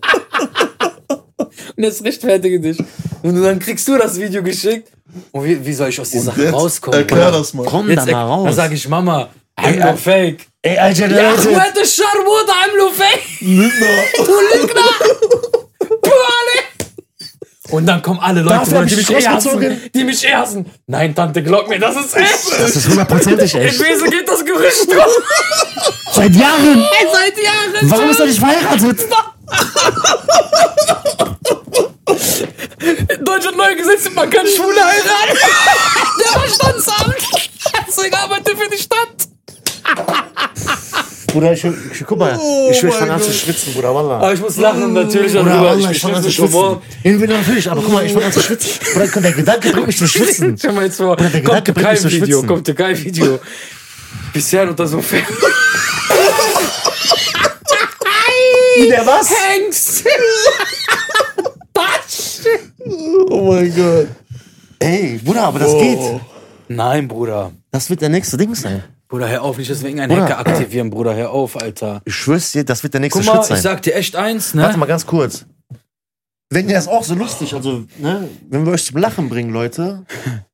[SPEAKER 2] und jetzt rechtfertige dich. Und dann kriegst du das Video geschickt. Und wie, wie soll ich aus dieser Sache rauskommen?
[SPEAKER 1] Erklär
[SPEAKER 2] Bruder?
[SPEAKER 1] das mal.
[SPEAKER 3] Komm
[SPEAKER 2] Jetzt
[SPEAKER 3] da mal
[SPEAKER 2] erk-
[SPEAKER 3] raus.
[SPEAKER 2] Dann sage ich, Mama, I'm no fake.
[SPEAKER 3] AI
[SPEAKER 2] يا
[SPEAKER 3] generated.
[SPEAKER 2] اخوات الشر وضع عملوا فيه
[SPEAKER 1] Lindner.
[SPEAKER 2] ولكنا Und dann kommen alle Leute,
[SPEAKER 3] Dafür hab
[SPEAKER 2] die
[SPEAKER 3] ich
[SPEAKER 2] mich
[SPEAKER 3] mich
[SPEAKER 2] eh hassen.
[SPEAKER 3] rausgezogen.
[SPEAKER 2] Die mich eh hassen. Nein, Tante, glaub mir, das ist echt.
[SPEAKER 3] Das ist hundertprozentig
[SPEAKER 2] In
[SPEAKER 3] echt.
[SPEAKER 2] Besen geht das Gerücht um.
[SPEAKER 3] Seit Jahren.
[SPEAKER 2] Ey, seit Jahren.
[SPEAKER 3] Warum ist er nicht verheiratet?
[SPEAKER 2] In Deutschland neu gesetzt, man kann Schwule heiraten. Der Verstandsamt. Deswegen arbeite für die Stadt.
[SPEAKER 3] Bruder, ich, ich guck mal,
[SPEAKER 2] Oh
[SPEAKER 3] ich will schon an zu schwitzen, Bruder, Wallah.
[SPEAKER 2] Aber ich muss lachen, natürlich
[SPEAKER 3] Bruder,
[SPEAKER 2] darüber.
[SPEAKER 3] Wallah, ich
[SPEAKER 2] bin
[SPEAKER 3] fange an zu
[SPEAKER 2] nicht Humor.
[SPEAKER 3] also schwitzen. Irgendwie natürlich, aber guck mal, ich fange an zu schwitzen. Bruder, guck, der Gedanke bringt mich zum Schwitzen.
[SPEAKER 2] Stell mal jetzt vor,
[SPEAKER 3] der
[SPEAKER 2] kommt
[SPEAKER 3] Gedanke bringt mich zum
[SPEAKER 2] Türkei-Video,
[SPEAKER 3] Schwitzen.
[SPEAKER 2] kommt Türkei-Video. Bisher unter so einem Fan.
[SPEAKER 3] Wie der was?
[SPEAKER 2] Hengst! Batsch!
[SPEAKER 1] Oh mein Gott.
[SPEAKER 3] Ey, Bruder, aber das
[SPEAKER 1] Oh.
[SPEAKER 3] geht.
[SPEAKER 2] Nein, Bruder.
[SPEAKER 3] Das wird der nächste Ding sein.
[SPEAKER 2] Bruder, hör auf, nicht deswegen einen
[SPEAKER 3] Bruder.
[SPEAKER 2] Hacker aktivieren, Bruder, hör auf, Alter.
[SPEAKER 3] Ich schwör's dir, das wird der nächste
[SPEAKER 2] Guck
[SPEAKER 3] Schritt
[SPEAKER 2] mal,
[SPEAKER 3] sein.
[SPEAKER 2] ich sag dir echt eins,
[SPEAKER 3] Warte
[SPEAKER 2] ne?
[SPEAKER 3] mal ganz kurz. Wenn ihr das auch so lustig, also, ne, wenn wir euch zum Lachen bringen, Leute,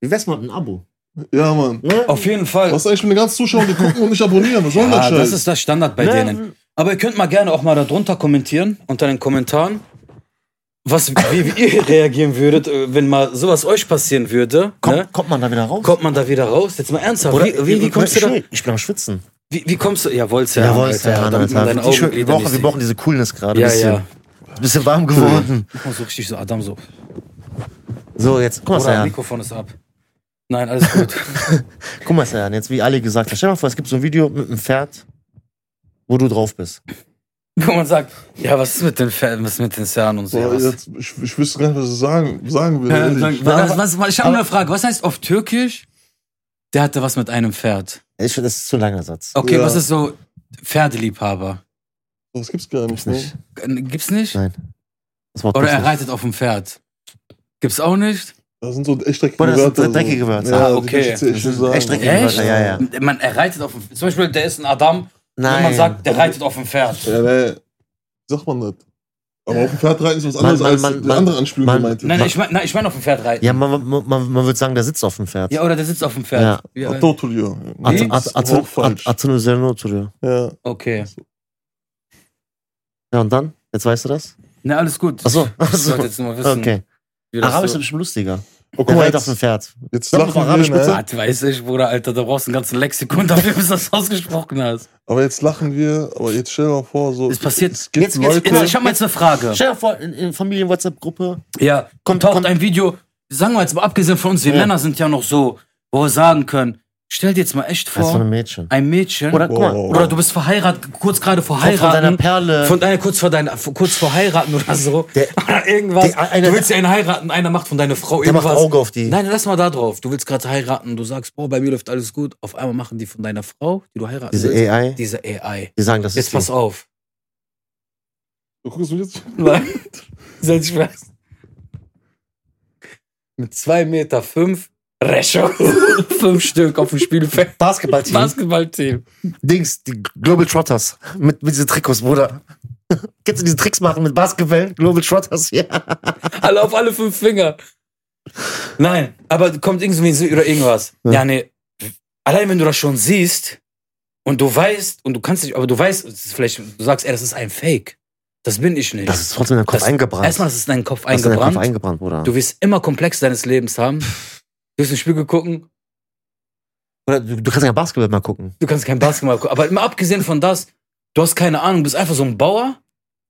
[SPEAKER 3] wie wär's mal mit einem Abo?
[SPEAKER 1] Ja, Mann.
[SPEAKER 3] Ne?
[SPEAKER 2] Auf jeden Fall.
[SPEAKER 1] Was ist eigentlich mit den ganzen Zuschauern, die gucken und nicht abonnieren? Was soll das
[SPEAKER 2] Ah,
[SPEAKER 1] Scheiß?
[SPEAKER 2] das ist das Standard bei
[SPEAKER 3] Ne?
[SPEAKER 2] denen. Aber ihr könnt mal gerne auch mal da drunter kommentieren, unter den Kommentaren, was, wie, wie ihr reagieren würdet, äh, wenn mal sowas euch passieren würde.
[SPEAKER 3] Kommt,
[SPEAKER 2] ne?
[SPEAKER 3] kommt man da wieder raus?
[SPEAKER 2] Kommt man da wieder raus? Jetzt mal ernsthaft.
[SPEAKER 3] Oder-
[SPEAKER 2] wie, wie, wie kommst du
[SPEAKER 3] ich,
[SPEAKER 2] da?
[SPEAKER 3] schwör, Ich bin am Schwitzen.
[SPEAKER 2] Wie, wie kommst du? Ja, wollt's ja.
[SPEAKER 3] Jawohl, Alter,
[SPEAKER 2] damit man deine
[SPEAKER 3] Die schwör-
[SPEAKER 2] Augenlider
[SPEAKER 3] wir, brauchen,
[SPEAKER 2] nicht
[SPEAKER 3] wir
[SPEAKER 2] sieht.
[SPEAKER 3] brauchen diese Coolness gerade.
[SPEAKER 2] Ja,
[SPEAKER 3] bisschen,
[SPEAKER 2] ja.
[SPEAKER 3] bisschen warm geworden.
[SPEAKER 2] Guck mal so richtig so, Adam so.
[SPEAKER 3] So, jetzt, guck mal,
[SPEAKER 2] Oder
[SPEAKER 3] Sayan.
[SPEAKER 2] Mikrofon ist ab. Nein, alles gut.
[SPEAKER 3] Guck mal, Sayan, jetzt wie Ali gesagt hat. Stell dir mal vor, es gibt so ein Video mit einem Pferd, wo du drauf bist.
[SPEAKER 2] Wo man sagt, ja, was ist mit den Fan, was ist mit den Zern und so?
[SPEAKER 1] Boah,
[SPEAKER 2] Ja, was?
[SPEAKER 1] jetzt, ich, ich wüsste gar nicht, was ich sagen, sagen will.
[SPEAKER 2] Ja,
[SPEAKER 1] ehrlich.
[SPEAKER 2] sag- was, was, was, ich habe eine Frage. Was heißt auf Türkisch? Der hatte was mit einem Pferd.
[SPEAKER 3] Ich, das ist zu ein langer Satz.
[SPEAKER 2] Okay,
[SPEAKER 1] Ja.
[SPEAKER 2] was ist so Pferdeliebhaber?
[SPEAKER 1] das gibt's gar nicht. Ne?
[SPEAKER 3] Nicht.
[SPEAKER 2] Gibt's nicht?
[SPEAKER 3] Nein. Das macht
[SPEAKER 2] Oder
[SPEAKER 3] das
[SPEAKER 2] er
[SPEAKER 3] nicht.
[SPEAKER 2] reitet auf dem Pferd? Gibt's auch nicht?
[SPEAKER 1] Das sind so echt dreckige
[SPEAKER 3] Boah, das sind
[SPEAKER 1] Wörter. so.
[SPEAKER 3] dreckige Wörter.
[SPEAKER 1] Ja,
[SPEAKER 2] Ah,
[SPEAKER 1] die
[SPEAKER 2] okay.
[SPEAKER 1] kann ich jetzt
[SPEAKER 3] Das
[SPEAKER 1] Echt, nicht
[SPEAKER 3] sind
[SPEAKER 1] sagen.
[SPEAKER 3] echt dreckige Wörter, ja, ja.
[SPEAKER 2] Man, er reitet auf dem Zum Beispiel, der ist ein Adam. Wenn
[SPEAKER 3] Nein.
[SPEAKER 2] man sagt, der reitet auf dem Pferd.
[SPEAKER 1] Ja, nee. Sagt man nicht. Aber auf dem Pferd reiten ist was
[SPEAKER 3] Mann,
[SPEAKER 1] anderes
[SPEAKER 3] Mann,
[SPEAKER 1] als
[SPEAKER 3] Mann,
[SPEAKER 1] die
[SPEAKER 3] Mann.
[SPEAKER 1] andere Anspielung
[SPEAKER 3] Mann.
[SPEAKER 1] gemeint.
[SPEAKER 2] Nein, ich meine ich mein auf dem Pferd reiten. Ja.
[SPEAKER 3] ja, man, man, man, man würde sagen, der sitzt auf dem Pferd.
[SPEAKER 2] oder der sitzt auf dem Pferd. Ja.
[SPEAKER 1] Atotulio.
[SPEAKER 3] At-
[SPEAKER 2] Wie?
[SPEAKER 1] Das
[SPEAKER 3] at-
[SPEAKER 1] ist auch falsch.
[SPEAKER 3] at- Atunu Serno zu dir.
[SPEAKER 1] Ja.
[SPEAKER 2] Okay.
[SPEAKER 3] Ja, und dann? Jetzt weißt du das?
[SPEAKER 2] Na, alles gut.
[SPEAKER 3] Achso.
[SPEAKER 2] Ich wollte jetzt nur mal wissen,
[SPEAKER 3] Okay.
[SPEAKER 2] wie das
[SPEAKER 3] Arabisch
[SPEAKER 2] so-
[SPEAKER 3] ist bestimmt lustiger.
[SPEAKER 1] Oh, guck
[SPEAKER 3] Der
[SPEAKER 1] mal,
[SPEAKER 3] reitet auf dem
[SPEAKER 1] jetzt,
[SPEAKER 3] Pferd.
[SPEAKER 1] jetzt
[SPEAKER 3] Sag mal,
[SPEAKER 1] lachen
[SPEAKER 3] Arabisch,
[SPEAKER 1] wir,
[SPEAKER 3] bitte.
[SPEAKER 1] ne?
[SPEAKER 2] Was weiß ich, Bruder, Alter, da brauchst du einen ganzen Lexikon dafür, bis du das ausgesprochen hast.
[SPEAKER 1] Aber jetzt lachen wir, aber jetzt stell dir mal vor, so.
[SPEAKER 2] Es passiert-
[SPEAKER 1] Es gibt
[SPEAKER 3] jetzt- jetzt-
[SPEAKER 1] Leute.
[SPEAKER 2] Jetzt, ich habe mal jetzt eine Frage.
[SPEAKER 3] Stell dir vor, in, in Familien-WhatsApp-Gruppe.
[SPEAKER 2] Ja,
[SPEAKER 3] Kommt-
[SPEAKER 2] taucht
[SPEAKER 3] kommt-
[SPEAKER 2] ein Video, sagen wir jetzt mal, abgesehen von uns, wir
[SPEAKER 3] Ja.
[SPEAKER 2] Männer sind ja noch so, wo wir sagen können, stell dir jetzt mal echt
[SPEAKER 3] Das ist von
[SPEAKER 2] vor,
[SPEAKER 3] einem Mädchen.
[SPEAKER 2] ein Mädchen,
[SPEAKER 3] Also- Oder,
[SPEAKER 2] oder,
[SPEAKER 3] guck mal,
[SPEAKER 1] Wow.
[SPEAKER 3] oder
[SPEAKER 2] du bist verheiratet, kurz gerade vor
[SPEAKER 3] von, von deiner
[SPEAKER 2] heiraten,
[SPEAKER 3] Perle. Also
[SPEAKER 2] von deiner, kurz vor deiner, kurz vor heiraten oder so,
[SPEAKER 3] Der-
[SPEAKER 2] oder irgendwas,
[SPEAKER 3] der- einer-
[SPEAKER 2] du willst ja einen heiraten, einer macht von deiner Frau
[SPEAKER 3] der
[SPEAKER 2] irgendwas.
[SPEAKER 3] macht Auge auf die.
[SPEAKER 2] Nein, lass mal da drauf. Du willst gerade heiraten, du sagst, boah, bei mir läuft alles gut. Auf einmal machen die von deiner Frau, die du heiraten
[SPEAKER 3] Diese
[SPEAKER 2] willst,
[SPEAKER 3] AI.
[SPEAKER 2] diese AI.
[SPEAKER 3] Die sagen, das
[SPEAKER 2] Jetzt
[SPEAKER 3] ist
[SPEAKER 2] pass
[SPEAKER 3] die.
[SPEAKER 2] auf.
[SPEAKER 1] Du guckst mich jetzt.
[SPEAKER 2] Nein. Sein Spaß. Mit 2,5 Meter fünf Rescho. fünf Stück auf dem Spielfeld. Mhm.
[SPEAKER 3] Basketballteam.
[SPEAKER 2] Basketballteam.
[SPEAKER 3] Dings, die Global Trotters. Mit, mit diesen Trikots, Bruder. Kennst du diese Tricks machen mit Basketball? Global Trotters, ja.
[SPEAKER 2] Alle auf alle fünf Finger. Nein, aber kommt irgendwie so oder irgendwas.
[SPEAKER 3] Ja.
[SPEAKER 2] Ja, nee. Allein wenn du das schon siehst und du weißt, und du kannst nicht, aber du weißt, es ist vielleicht, du sagst, ey, das ist ein Fake. Das bin ich nicht.
[SPEAKER 3] Das ist trotzdem in den Kopf
[SPEAKER 2] Das-
[SPEAKER 3] eingebrannt.
[SPEAKER 2] Erstmal, das ist in deinen Kopf
[SPEAKER 3] das ist in den Kopf
[SPEAKER 2] eingebrannt.
[SPEAKER 3] eingebrannt, Bruder.
[SPEAKER 2] Du wirst immer Komplex deines Lebens haben. Du wirst in den Spiegel gucken,
[SPEAKER 3] Oder du, du kannst ja Basketball mal gucken.
[SPEAKER 2] Du kannst kein Basketball gucken. Aber immer abgesehen von das, du hast keine Ahnung, du bist einfach so ein Bauer.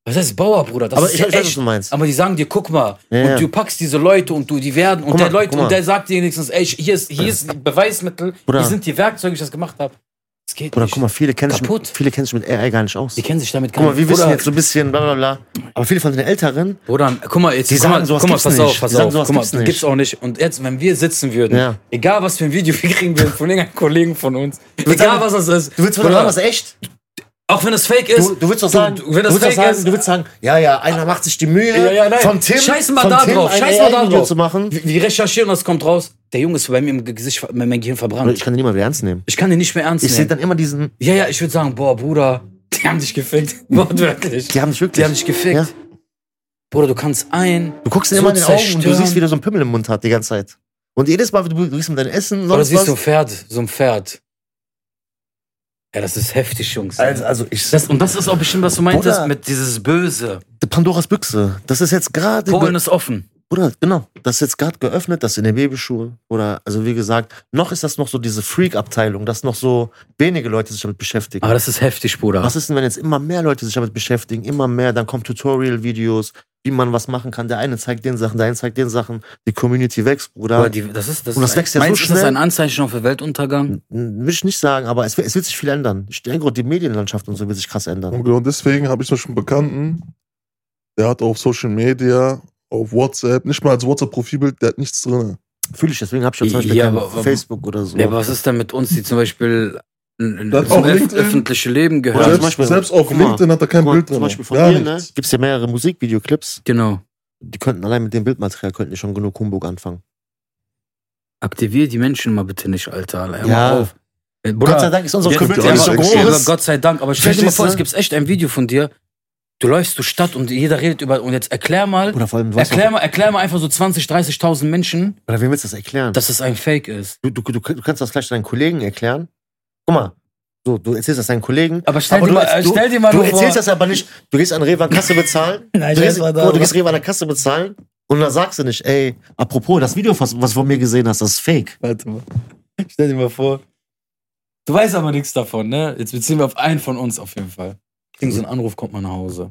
[SPEAKER 2] Was heißt Bauer, Bruder? Das
[SPEAKER 3] aber
[SPEAKER 2] ist
[SPEAKER 3] ich
[SPEAKER 2] ja
[SPEAKER 3] weiß, was
[SPEAKER 2] echt.
[SPEAKER 3] du meinst.
[SPEAKER 2] Aber die sagen dir, guck mal,
[SPEAKER 3] Ja,
[SPEAKER 2] und
[SPEAKER 3] ja.
[SPEAKER 2] du packst diese Leute und du, die werden, und
[SPEAKER 3] Guck
[SPEAKER 2] der
[SPEAKER 3] mal,
[SPEAKER 2] Leute,
[SPEAKER 3] guck mal.
[SPEAKER 2] und der sagt dir wenigstens, ey, hier ist, hier ist die Beweismittel,
[SPEAKER 3] Bruder.
[SPEAKER 2] hier sind die Werkzeuge, wie ich das gemacht habe. Das geht
[SPEAKER 3] Bruder,
[SPEAKER 2] nicht.
[SPEAKER 3] guck mal, viele kennen, sich mit,
[SPEAKER 2] Kaputt.
[SPEAKER 3] viele kennen sich mit AI gar nicht aus.
[SPEAKER 2] Die kennen sich damit gar
[SPEAKER 3] Guck mal, wir wissen
[SPEAKER 2] Bruder,
[SPEAKER 3] jetzt so ein bisschen bla bla bla. Aber viele von den Älteren,
[SPEAKER 2] Bruder, guck mal, jetzt,
[SPEAKER 3] Die
[SPEAKER 2] guck mal,
[SPEAKER 3] sagen, sowas
[SPEAKER 2] guck mal,
[SPEAKER 3] gibt's
[SPEAKER 2] pass
[SPEAKER 3] nicht.
[SPEAKER 2] auf, pass
[SPEAKER 3] Die sagen,
[SPEAKER 2] auf,
[SPEAKER 3] sowas
[SPEAKER 2] guck mal,
[SPEAKER 3] gibt's nicht.
[SPEAKER 2] gibt's auch nicht. Und jetzt, wenn wir sitzen würden,
[SPEAKER 3] Ja.
[SPEAKER 2] egal was für ein Video wir kriegen würden von irgendeinem Kollegen von uns, egal
[SPEAKER 3] sagen,
[SPEAKER 2] was das ist,
[SPEAKER 3] du willst von
[SPEAKER 2] Bruder,
[SPEAKER 3] sagen, was echt?
[SPEAKER 2] auch wenn es fake ist,
[SPEAKER 3] Du, du willst doch sagen,
[SPEAKER 2] du- wenn das
[SPEAKER 3] du, willst doch
[SPEAKER 2] fake
[SPEAKER 3] sagen
[SPEAKER 2] ist,
[SPEAKER 3] du willst sagen, ja, ja, einer macht sich die Mühe,
[SPEAKER 2] Ja, ja, nein.
[SPEAKER 3] vom Tim,
[SPEAKER 2] Scheiß mal
[SPEAKER 3] vom
[SPEAKER 2] da
[SPEAKER 3] Tim
[SPEAKER 2] drauf,
[SPEAKER 3] ein
[SPEAKER 2] scheiß mal da
[SPEAKER 3] AI-Video
[SPEAKER 2] drauf.
[SPEAKER 3] zu machen.
[SPEAKER 2] Wir wir recherchieren und es kommt raus, der Junge ist bei mir im Gesicht, mein mein Gehirn
[SPEAKER 3] Bruder, Ich
[SPEAKER 2] verbrannt.
[SPEAKER 3] kann den nicht mal wieder ernst nehmen.
[SPEAKER 2] Ich kann den nicht mehr ernst
[SPEAKER 3] Ich sehe
[SPEAKER 2] nehmen.
[SPEAKER 3] dann immer diesen,
[SPEAKER 2] Ja, ja, ich würde sagen, boah, Bruder, die haben dich gefickt. Wortwörtlich.
[SPEAKER 3] die haben dich wirklich.
[SPEAKER 2] Die haben dich gefickt.
[SPEAKER 3] Ja.
[SPEAKER 2] Bruder, du kannst ein.
[SPEAKER 3] Du guckst ihn
[SPEAKER 2] so
[SPEAKER 3] immer in den Augen und du
[SPEAKER 2] zerstören.
[SPEAKER 3] siehst, wie der so einen Pimmel im Mund hat die ganze Zeit. Und jedes Mal, wenn du, du gehst mit deinem Essen,
[SPEAKER 2] Oder
[SPEAKER 3] sonst
[SPEAKER 2] siehst du ein
[SPEAKER 3] was.
[SPEAKER 2] Pferd, so ein Pferd. Ja, das ist heftig, Jungs.
[SPEAKER 3] Also, also ich,
[SPEAKER 2] Das, und das ist auch bestimmt, was du meintest,
[SPEAKER 3] Bruder.
[SPEAKER 2] mit dieses Böse.
[SPEAKER 3] die Pandoras Büchse, das ist jetzt gerade,
[SPEAKER 2] Polen
[SPEAKER 3] ge-
[SPEAKER 2] ist offen.
[SPEAKER 3] Bruder, genau, das ist jetzt gerade geöffnet, das in den Babyschuhen. Oder, also wie gesagt, noch ist das noch so diese Freak-Abteilung, dass noch so wenige Leute sich damit beschäftigen.
[SPEAKER 2] Aber das ist heftig, Bruder.
[SPEAKER 3] Was ist denn, wenn jetzt immer mehr Leute sich damit beschäftigen, immer mehr, dann kommen Tutorial-Videos, wie man was machen kann. Der eine zeigt den Sachen, der eine zeigt den Sachen. Die Community wächst, Bruder.
[SPEAKER 2] Bruder, die, das ist, das
[SPEAKER 3] Und das
[SPEAKER 2] ist
[SPEAKER 3] wächst ja so
[SPEAKER 2] meinst du, ist das
[SPEAKER 3] schnell.
[SPEAKER 2] ein Anzeichen schon für Weltuntergang?
[SPEAKER 3] N- Will ich nicht sagen, aber es, wird- es wird sich viel ändern. Ich denke, die Medienlandschaft und so wird sich krass ändern.
[SPEAKER 1] Und genau deswegen habe ich zum Beispiel einen Bekannten, der hat auf Social Media, auf WhatsApp, nicht mal als WhatsApp-Profilbild, der hat nichts drin.
[SPEAKER 3] Fühle ich, deswegen habe ich ja zum Beispiel
[SPEAKER 2] Ja,
[SPEAKER 3] kein
[SPEAKER 2] aber-
[SPEAKER 3] Facebook oder so.
[SPEAKER 2] Ja, aber was ist denn mit uns, die zum Beispiel in, in,
[SPEAKER 1] Das
[SPEAKER 2] das
[SPEAKER 1] auch
[SPEAKER 2] zum öff
[SPEAKER 1] LinkedIn?
[SPEAKER 2] öffentliche Leben gehört.
[SPEAKER 3] Oder
[SPEAKER 1] selbst,
[SPEAKER 3] zum Beispiel-
[SPEAKER 1] selbst auf
[SPEAKER 3] guck mal,
[SPEAKER 1] LinkedIn hat er kein
[SPEAKER 3] Guck mal,
[SPEAKER 1] Bild
[SPEAKER 3] zum
[SPEAKER 1] drin.
[SPEAKER 3] Beispiel von
[SPEAKER 1] Gar
[SPEAKER 3] mir, ne?
[SPEAKER 1] nichts.
[SPEAKER 3] Gibt's ja mehrere Musikvideoclips,
[SPEAKER 2] Genau.
[SPEAKER 3] die könnten allein mit dem Bildmaterial könnten die schon genug Humbug anfangen.
[SPEAKER 2] Aktivier die Menschen mal bitte nicht, Alter. Hör
[SPEAKER 3] Ja.
[SPEAKER 2] mal auf. Äh,
[SPEAKER 3] Gott sei
[SPEAKER 2] Bruder,
[SPEAKER 3] Dank ist unsere
[SPEAKER 2] Ja,
[SPEAKER 3] Community
[SPEAKER 1] ja,
[SPEAKER 3] nicht so
[SPEAKER 1] aber-
[SPEAKER 2] Bruder,
[SPEAKER 3] groß.
[SPEAKER 2] Gott sei Dank. Aber stell dir mal
[SPEAKER 3] Verstehst
[SPEAKER 2] vor,
[SPEAKER 3] du?
[SPEAKER 2] es gibt echt ein Video von dir. Du läufst durch Stadt und jeder redet über. Und jetzt erklär mal.
[SPEAKER 3] Oder vor allem, du weißt
[SPEAKER 2] Erklär
[SPEAKER 3] doch,
[SPEAKER 2] mal, erklär mal einfach so 20, 30.000 Menschen,
[SPEAKER 3] oder wem willst du das erklären?
[SPEAKER 2] dass es ein Fake ist.
[SPEAKER 3] du, du, du, du kannst das gleich deinen Kollegen erklären. Guck mal, so, du erzählst das deinen Kollegen.
[SPEAKER 2] Aber stell
[SPEAKER 3] aber
[SPEAKER 2] dir
[SPEAKER 3] du,
[SPEAKER 2] mal, äh,
[SPEAKER 3] du,
[SPEAKER 2] stell dir mal
[SPEAKER 3] du
[SPEAKER 2] nur vor-
[SPEAKER 3] erzählst das aber nicht. Du gehst an Rewe an Kasse bezahlen.
[SPEAKER 2] Nein,
[SPEAKER 3] du, gehst, oh, du gehst Rewe an der Kasse bezahlen und dann sagst du nicht, ey, apropos, das Video, was, was du von mir gesehen hast, das ist fake.
[SPEAKER 2] Warte mal. Stell dir mal vor. Du weißt aber nichts davon, ne? Jetzt beziehen wir auf einen von uns auf jeden Fall. Kriegen so einen Anruf, kommt man nach Hause.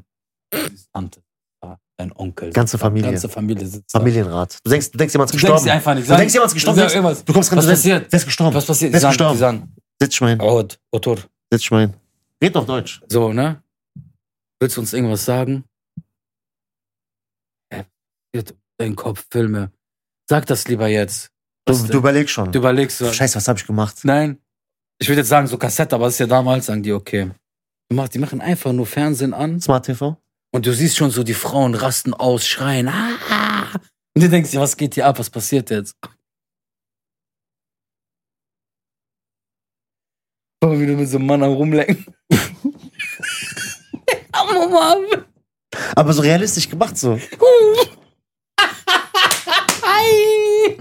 [SPEAKER 2] Tante, da, dein Onkel.
[SPEAKER 3] Ganze Familie.
[SPEAKER 2] Ganze Familie sitzt da.
[SPEAKER 3] Familienrat. Du denkst, du denkst jemand ist
[SPEAKER 2] Du denkst
[SPEAKER 3] gestorben.
[SPEAKER 2] dir einfach nicht.
[SPEAKER 3] Du denkst, jemand ist gestorben,
[SPEAKER 2] Sag irgendwas.
[SPEAKER 3] du kommst ganz
[SPEAKER 2] Was passiert?
[SPEAKER 3] Wer ist gestorben?
[SPEAKER 2] Was passiert?
[SPEAKER 3] Wer
[SPEAKER 2] Die
[SPEAKER 3] ist
[SPEAKER 2] sagen, die
[SPEAKER 3] gestorben?
[SPEAKER 2] sagen,
[SPEAKER 3] Sitz ich mein,
[SPEAKER 2] Rot, Otor.
[SPEAKER 3] sitz ich mein. Red noch Deutsch.
[SPEAKER 2] So, ne? Willst du uns irgendwas sagen? Hä? Jetzt Dein Kopf, Filme. Sag das lieber jetzt.
[SPEAKER 3] Du,
[SPEAKER 2] Was
[SPEAKER 3] du
[SPEAKER 2] denn?
[SPEAKER 3] überlegst schon.
[SPEAKER 2] Du überlegst so.
[SPEAKER 3] Scheiße, was habe ich gemacht?
[SPEAKER 2] Nein. Ich würde jetzt sagen, so Kassette, aber das ist ja damals, sagen die, okay. Die machen, die machen einfach nur Fernsehen an
[SPEAKER 3] Smart TV?
[SPEAKER 2] und du siehst schon so die Frauen rasten aus, schreien. Ah! Und du denkst dir, was geht hier ab? Was passiert jetzt? Oh, wie du mit so einem Mann am Rumlenken. Am Umarmen.
[SPEAKER 3] Aber so realistisch gemacht so.
[SPEAKER 2] Ei.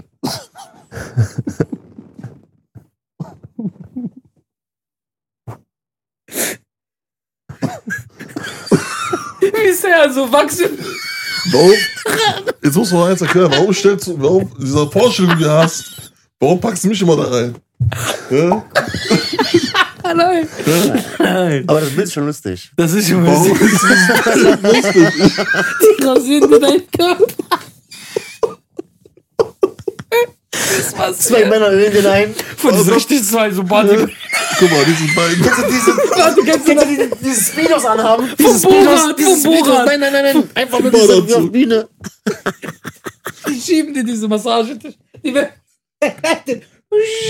[SPEAKER 2] Wie ist der so wachsen?
[SPEAKER 1] Warum? Jetzt musst du mal eins erklären. Warum stellst du, warum dieser Vorstellung, die du hast, warum packst du mich immer da rein? Ja?
[SPEAKER 2] Ah, nein. Nein.
[SPEAKER 3] Aber das Bild ist schon lustig.
[SPEAKER 2] Das ist schon
[SPEAKER 1] Warum
[SPEAKER 2] mal
[SPEAKER 1] ist das lustig?
[SPEAKER 2] Die rasieren dir deinen Körper. Das war
[SPEAKER 3] Zwei Männer hören den ein.
[SPEAKER 2] Von diesen richtig zwei so Body.
[SPEAKER 1] Guck mal, diese beiden.
[SPEAKER 3] Kennst du diese,
[SPEAKER 2] Warte, kennst du
[SPEAKER 3] kennst du diese, diese Speedos anhaben?
[SPEAKER 2] Genau. Dieses Borat,
[SPEAKER 3] dieses
[SPEAKER 2] vom
[SPEAKER 3] Speedos.
[SPEAKER 2] Borat.
[SPEAKER 3] Nein, nein, nein, nein. Einfach nur
[SPEAKER 1] Borat
[SPEAKER 3] diese
[SPEAKER 1] so.
[SPEAKER 3] diese Bühne.
[SPEAKER 2] Die schieben dir diese Massagetisch. Die werden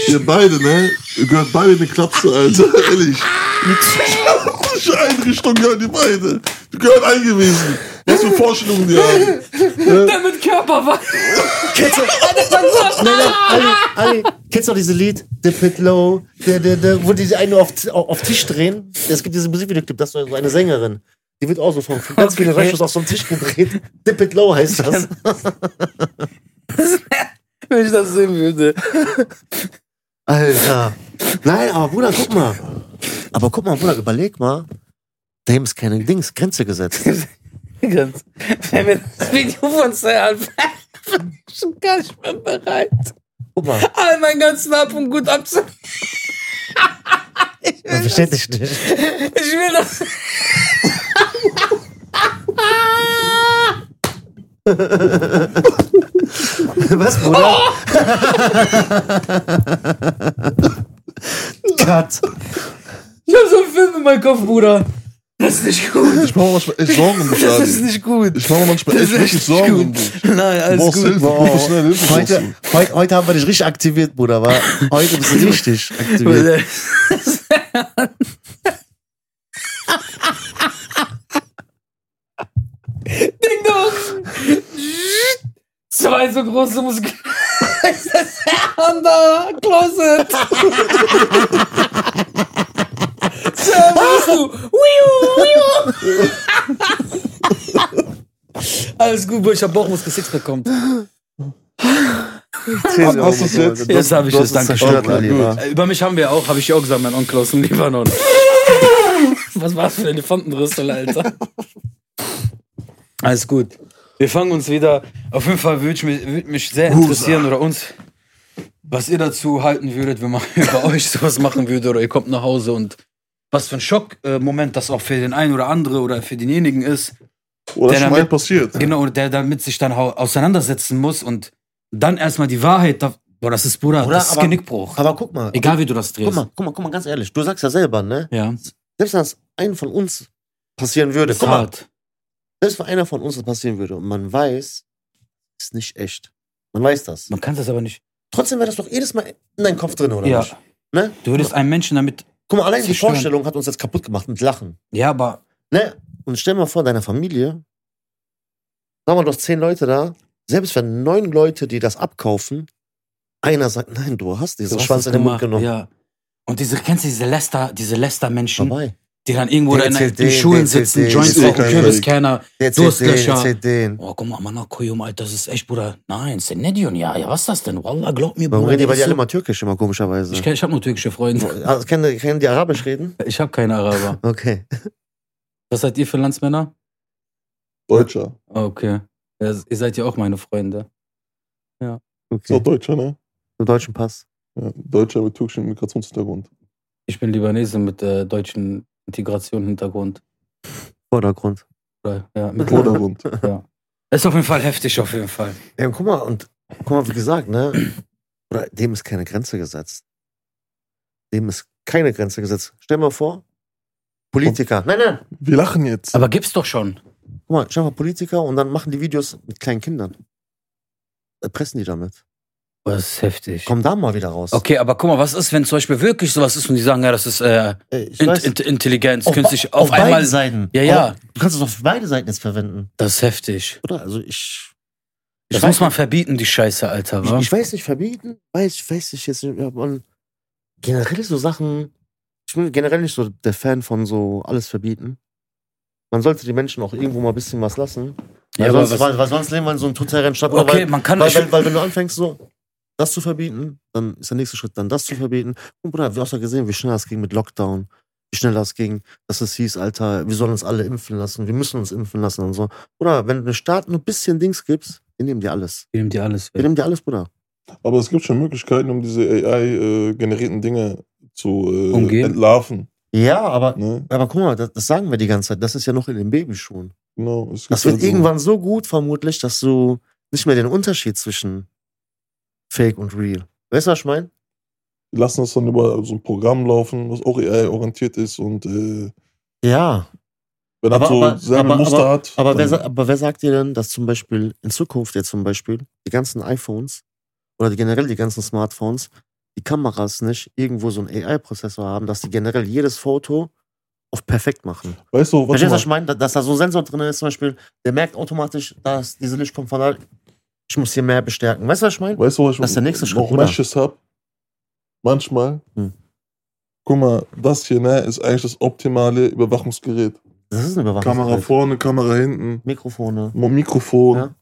[SPEAKER 1] Ihr beide, ne? Ihr gehört beide in eine Klapse, Alter. Ehrlich. Mit Einrichtung gehören die beide. Die gehören eingewiesen. Was für Vorstellungen die haben.
[SPEAKER 2] mit Körper wach.
[SPEAKER 3] Kennst du, nein, nein, Ali, Ali, kennst du noch dieses Lied? Dip it low, da, da, da, wo die einen nur auf, auf, auf Tisch drehen? Es gibt diesen Musikvideoclip, das ist so eine Sängerin. Die wird auch so von von ganz vielen
[SPEAKER 2] Okay.
[SPEAKER 3] Rechos auf so einem Tisch gedreht. Dip it low heißt das.
[SPEAKER 2] Wenn ich das sehen würde.
[SPEAKER 3] Alter. Nein, aber Bruder, guck mal. Aber guck mal, Bruder, überleg mal. Dem ist keine Dings, Grenze gesetzt.
[SPEAKER 2] Ganz. Wenn wir das Video von Serhat bin ich schon gar nicht mehr bereit.
[SPEAKER 3] Guck mal,
[SPEAKER 2] All meinen ganzen Ab und um Gut abzu.
[SPEAKER 3] man versteht dich nicht.
[SPEAKER 2] Ich will das.
[SPEAKER 3] Was, Bruder? Cut.
[SPEAKER 2] Ich hab so einen Film in meinem Kopf, Bruder. Das ist nicht gut.
[SPEAKER 1] Ich mache manchmal echt Sorgen um dich,
[SPEAKER 2] Das ist
[SPEAKER 1] Ali.
[SPEAKER 2] nicht gut.
[SPEAKER 1] Ich mache manchmal echt wirklich Sorgen um dich.
[SPEAKER 2] Nein,
[SPEAKER 1] Du
[SPEAKER 2] alles
[SPEAKER 1] brauchst
[SPEAKER 2] gut.
[SPEAKER 1] Hilfe, professionelle Hilfe. brauchst
[SPEAKER 3] Heute,
[SPEAKER 1] du.
[SPEAKER 3] heute, heute haben wir dich richtig aktiviert, Bruder. War heute bist du richtig aktiviert.
[SPEAKER 2] Ding dong. Zwei so große Muskeln. Das ist das Under Closet. So, wo bist du? Wiu, wiu. Alles gut, Bro, ich hab Bauchmuskel Sixpack kommt.
[SPEAKER 1] Hast du's jetzt?
[SPEAKER 2] Jetzt hab ich
[SPEAKER 3] Du
[SPEAKER 2] es,
[SPEAKER 3] hast uns
[SPEAKER 2] danke
[SPEAKER 3] zerstört,
[SPEAKER 1] schön.
[SPEAKER 3] Ali,
[SPEAKER 1] Gut.
[SPEAKER 3] wa?
[SPEAKER 2] Äh, Über mich haben wir auch, habe ich ja auch gesagt, mein Onkel aus dem Libanon. Was war das für ein Elefantenrüssel, Alter? Alles gut. Wir fangen uns wieder. Auf jeden Fall würde mich, würd mich sehr interessieren oder uns, was ihr dazu halten würdet, wenn man über euch sowas machen würde oder ihr kommt nach Hause und was für ein Schockmoment das auch für den einen oder andere oder für denjenigen ist.
[SPEAKER 1] Oder
[SPEAKER 2] Der
[SPEAKER 1] schon mal
[SPEAKER 2] damit-
[SPEAKER 1] passiert.
[SPEAKER 2] Genau, und der damit sich dann hau- auseinandersetzen muss und dann erstmal die Wahrheit. Da, boah, das ist Bruder,
[SPEAKER 3] Bruder,
[SPEAKER 2] das ist
[SPEAKER 3] aber-
[SPEAKER 2] Genickbruch.
[SPEAKER 3] Aber guck mal,
[SPEAKER 2] Egal wie du das drehst.
[SPEAKER 3] guck mal, guck mal, guck mal, ganz ehrlich, du sagst ja selber, ne?
[SPEAKER 2] Ja.
[SPEAKER 3] Selbst wenn das einem von uns passieren würde,
[SPEAKER 2] Ist
[SPEAKER 3] guck mal,
[SPEAKER 2] hart.
[SPEAKER 3] selbst wenn einer von uns das passieren würde und man weiß, ist nicht echt. Man weiß das.
[SPEAKER 2] Man kann das aber nicht.
[SPEAKER 3] Trotzdem wäre das doch jedes Mal in deinem Kopf drin, oder
[SPEAKER 2] ja.
[SPEAKER 3] nicht? Ne?
[SPEAKER 2] Du würdest einem Menschen damit
[SPEAKER 3] Guck mal, allein die
[SPEAKER 2] Verstanden.
[SPEAKER 3] Vorstellung hat uns jetzt kaputt gemacht mit Lachen.
[SPEAKER 2] Ja, aber
[SPEAKER 3] Ne? Und stell mal vor, deine Familie, sag mal, du hast zehn Leute da, selbst wenn neun Leute, die das abkaufen, einer sagt, nein, du hast diesen
[SPEAKER 2] du hast
[SPEAKER 3] Schwanz
[SPEAKER 2] es
[SPEAKER 3] in den Mund
[SPEAKER 2] gemacht,
[SPEAKER 3] genommen.
[SPEAKER 2] Ja. Und diese, kennst du diese Lester, diese Lester-Menschen,
[SPEAKER 3] Vorbei.
[SPEAKER 2] die dann irgendwo
[SPEAKER 3] Der
[SPEAKER 2] da in,
[SPEAKER 3] erzählt
[SPEAKER 2] in
[SPEAKER 3] den, der
[SPEAKER 2] Schulen
[SPEAKER 3] erzählt
[SPEAKER 2] sitzen,
[SPEAKER 3] den,
[SPEAKER 2] Joints
[SPEAKER 1] der
[SPEAKER 2] rauchen,
[SPEAKER 1] erzählt den.
[SPEAKER 2] Kürbiskerner.
[SPEAKER 3] Der erzählt den,
[SPEAKER 2] Durstlöcher.
[SPEAKER 3] erzählt den.
[SPEAKER 2] Oh, guck mal, Mann, Koyum, Alter, das ist echt, Bruder. Nein, Senedion, ja, ja, was ist das denn? Wallah, glaub mir,
[SPEAKER 3] Warum
[SPEAKER 2] Bruder.
[SPEAKER 3] reden die
[SPEAKER 2] der
[SPEAKER 3] bei dir
[SPEAKER 2] ist
[SPEAKER 3] alle
[SPEAKER 2] so-
[SPEAKER 3] mal türkisch immer komischerweise?
[SPEAKER 2] Ich, kenn- ich habe nur türkische Freunde.
[SPEAKER 3] Also, können, können die Arabisch reden?
[SPEAKER 2] Ich habe keine Araber.
[SPEAKER 3] Okay.
[SPEAKER 2] Was seid ihr für Landsmänner? Ah,
[SPEAKER 1] Deutscher.
[SPEAKER 2] Okay. Ja, ihr seid ja auch meine Freunde.
[SPEAKER 1] Ist auch
[SPEAKER 3] okay.
[SPEAKER 1] Deutscher, ne?
[SPEAKER 3] Mit deutschen Pass.
[SPEAKER 1] Ja, Deutscher mit türkischem Migrationshintergrund.
[SPEAKER 2] Ich bin Libanese mit äh, deutschen Integration-Hintergrund.
[SPEAKER 3] Vordergrund.
[SPEAKER 2] Oder, Ja, mit
[SPEAKER 1] Vordergrund.
[SPEAKER 2] ist auf jeden Fall heftig, auf jeden Fall.
[SPEAKER 3] Ja, und guck mal, und guck mal, wie gesagt, ne? Oder dem ist keine Grenze gesetzt. Dem ist keine Grenze gesetzt. Stell mal vor, Politiker. Nein, nein.
[SPEAKER 1] Wir lachen jetzt.
[SPEAKER 2] Aber gibt's doch schon.
[SPEAKER 3] Guck mal, stell mal vor, Politiker und dann machen die Videos mit kleinen Kindern. Erpressen die damit.
[SPEAKER 2] Boah, das ist heftig.
[SPEAKER 3] Komm da mal wieder raus.
[SPEAKER 2] Okay, aber guck mal, was ist, wenn zum Beispiel wirklich sowas ist und die sagen, ja, das ist äh,
[SPEAKER 3] Ey, ich
[SPEAKER 2] Int
[SPEAKER 3] weiß,
[SPEAKER 2] Int Intelligenz,
[SPEAKER 3] auf,
[SPEAKER 2] künstlich.
[SPEAKER 3] auf,
[SPEAKER 2] Auf, einmal.
[SPEAKER 3] beiden Seiten.
[SPEAKER 2] Ja, ja.
[SPEAKER 3] Auf, du kannst es auf beide Seiten jetzt verwenden.
[SPEAKER 2] Das ist heftig.
[SPEAKER 3] Oder? Also ich.
[SPEAKER 2] Das
[SPEAKER 3] weiß
[SPEAKER 2] muss man verbieten, die Scheiße, Alter.
[SPEAKER 3] Ich,
[SPEAKER 2] wa?
[SPEAKER 3] ich weiß nicht, verbieten, weiß, ich weiß nicht jetzt, ja, man, generell so Sachen, ich bin generell nicht so der Fan von so alles verbieten. Man sollte die Menschen auch irgendwo mal ein bisschen was lassen.
[SPEAKER 2] Ja,
[SPEAKER 3] weil,
[SPEAKER 2] aber
[SPEAKER 3] sonst,
[SPEAKER 2] was-
[SPEAKER 3] weil, weil sonst leben wir in so einem totalen Stadt. oder
[SPEAKER 2] okay,
[SPEAKER 3] weil,
[SPEAKER 2] man kann.
[SPEAKER 3] weil,
[SPEAKER 2] ich-
[SPEAKER 3] weil, weil wenn du anfängst so, das zu verbieten, dann ist der nächste Schritt dann das zu verbieten. Und Bruder, wir haben doch gesehen, wie schnell das ging mit Lockdown. Wie schnell das ging, dass es hieß, Alter, wir sollen uns alle impfen lassen, wir müssen uns impfen lassen und so. Oder wenn du einem Staat nur ein bisschen Dings gibst, die nehmen dir alles.
[SPEAKER 2] Wir nehmen dir alles
[SPEAKER 3] Die
[SPEAKER 2] weg.
[SPEAKER 3] nehmen dir alles, Bruder.
[SPEAKER 1] Aber es gibt schon Möglichkeiten, um diese AI-generierten Dinge zu äh,
[SPEAKER 2] Umgehen?
[SPEAKER 1] entlarven.
[SPEAKER 3] Ja, aber,
[SPEAKER 1] Ne?
[SPEAKER 3] aber guck mal, das, das sagen wir die ganze Zeit. Das ist ja noch in den Babyschuhen.
[SPEAKER 1] Genau. Es gibt
[SPEAKER 3] Das wird
[SPEAKER 1] also-
[SPEAKER 3] irgendwann so gut, vermutlich, dass du nicht mehr den Unterschied zwischen Fake und Real. Weißt du, was ich meine?
[SPEAKER 1] Die lassen das dann über so ein Programm laufen, was auch AI-orientiert ist und äh,
[SPEAKER 3] Ja.
[SPEAKER 1] wenn er
[SPEAKER 3] Aber-
[SPEAKER 1] so
[SPEAKER 3] aber-
[SPEAKER 1] seine
[SPEAKER 3] aber-
[SPEAKER 1] Muster hat.
[SPEAKER 3] Aber wer,
[SPEAKER 1] dann-
[SPEAKER 3] sa- aber wer sagt dir denn, dass zum Beispiel in Zukunft jetzt zum Beispiel die ganzen iPhones oder die, generell die ganzen Smartphones die Kameras nicht irgendwo so einen AI-Prozessor haben, dass die generell jedes Foto auf perfekt machen?
[SPEAKER 1] weißt du, warte
[SPEAKER 3] Verstehst du, was ich
[SPEAKER 1] mal,
[SPEAKER 3] meine? Da- Dass da so ein Sensor drin ist, zum Beispiel, der merkt automatisch, dass diese Licht kommt von da. Ich muss hier mehr bestärken. Weißt du, was ich meine?
[SPEAKER 1] weißt du, was ich
[SPEAKER 3] Das ist der nächste Schritt,
[SPEAKER 1] noch
[SPEAKER 3] Bruder.
[SPEAKER 1] Matches habe? Manchmal.
[SPEAKER 3] Hm.
[SPEAKER 1] Guck mal, das hier ne, ist eigentlich das optimale Überwachungsgerät.
[SPEAKER 3] Das ist eine Überwachung.
[SPEAKER 1] Kamera vorne, Kamera hinten,
[SPEAKER 3] Mikrofone.
[SPEAKER 1] Mo- Mikrofon,
[SPEAKER 3] Ja.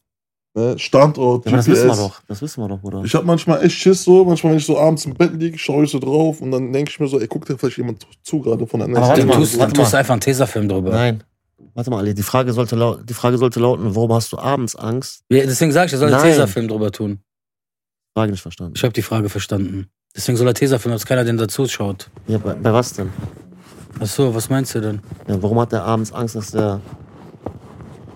[SPEAKER 1] ne, Standort,
[SPEAKER 3] Ja, aber das wissen wir
[SPEAKER 1] GPS.
[SPEAKER 3] doch. Das wissen wir doch, Bruder.
[SPEAKER 1] Ich habe manchmal echt Schiss so, manchmal wenn ich so abends im Bett liege, schaue ich so drauf und dann denke ich mir so, ey, guckt da vielleicht jemand zu gerade von der anderen
[SPEAKER 3] Aber warte
[SPEAKER 2] Dann
[SPEAKER 3] mal,
[SPEAKER 2] tust, dann
[SPEAKER 3] warte
[SPEAKER 2] tust
[SPEAKER 3] mal.
[SPEAKER 2] einfach einen Tesafilm drüber.
[SPEAKER 3] Nein. Warte mal, Ali. Die Frage sollte, lau die Frage sollte lauten, warum hast du abends Angst?
[SPEAKER 2] Ja, Deswegen sag ich, er soll einen
[SPEAKER 3] Nein.
[SPEAKER 2] Tesafilm drüber tun.
[SPEAKER 3] Frage nicht verstanden.
[SPEAKER 2] Ich habe die Frage verstanden. Deswegen soll er Tesafilm, dass keiner denn dazu schaut.
[SPEAKER 3] Ja, bei, bei was denn?
[SPEAKER 2] Ach so, was meinst du denn?
[SPEAKER 3] Ja, warum hat der abends Angst, dass der.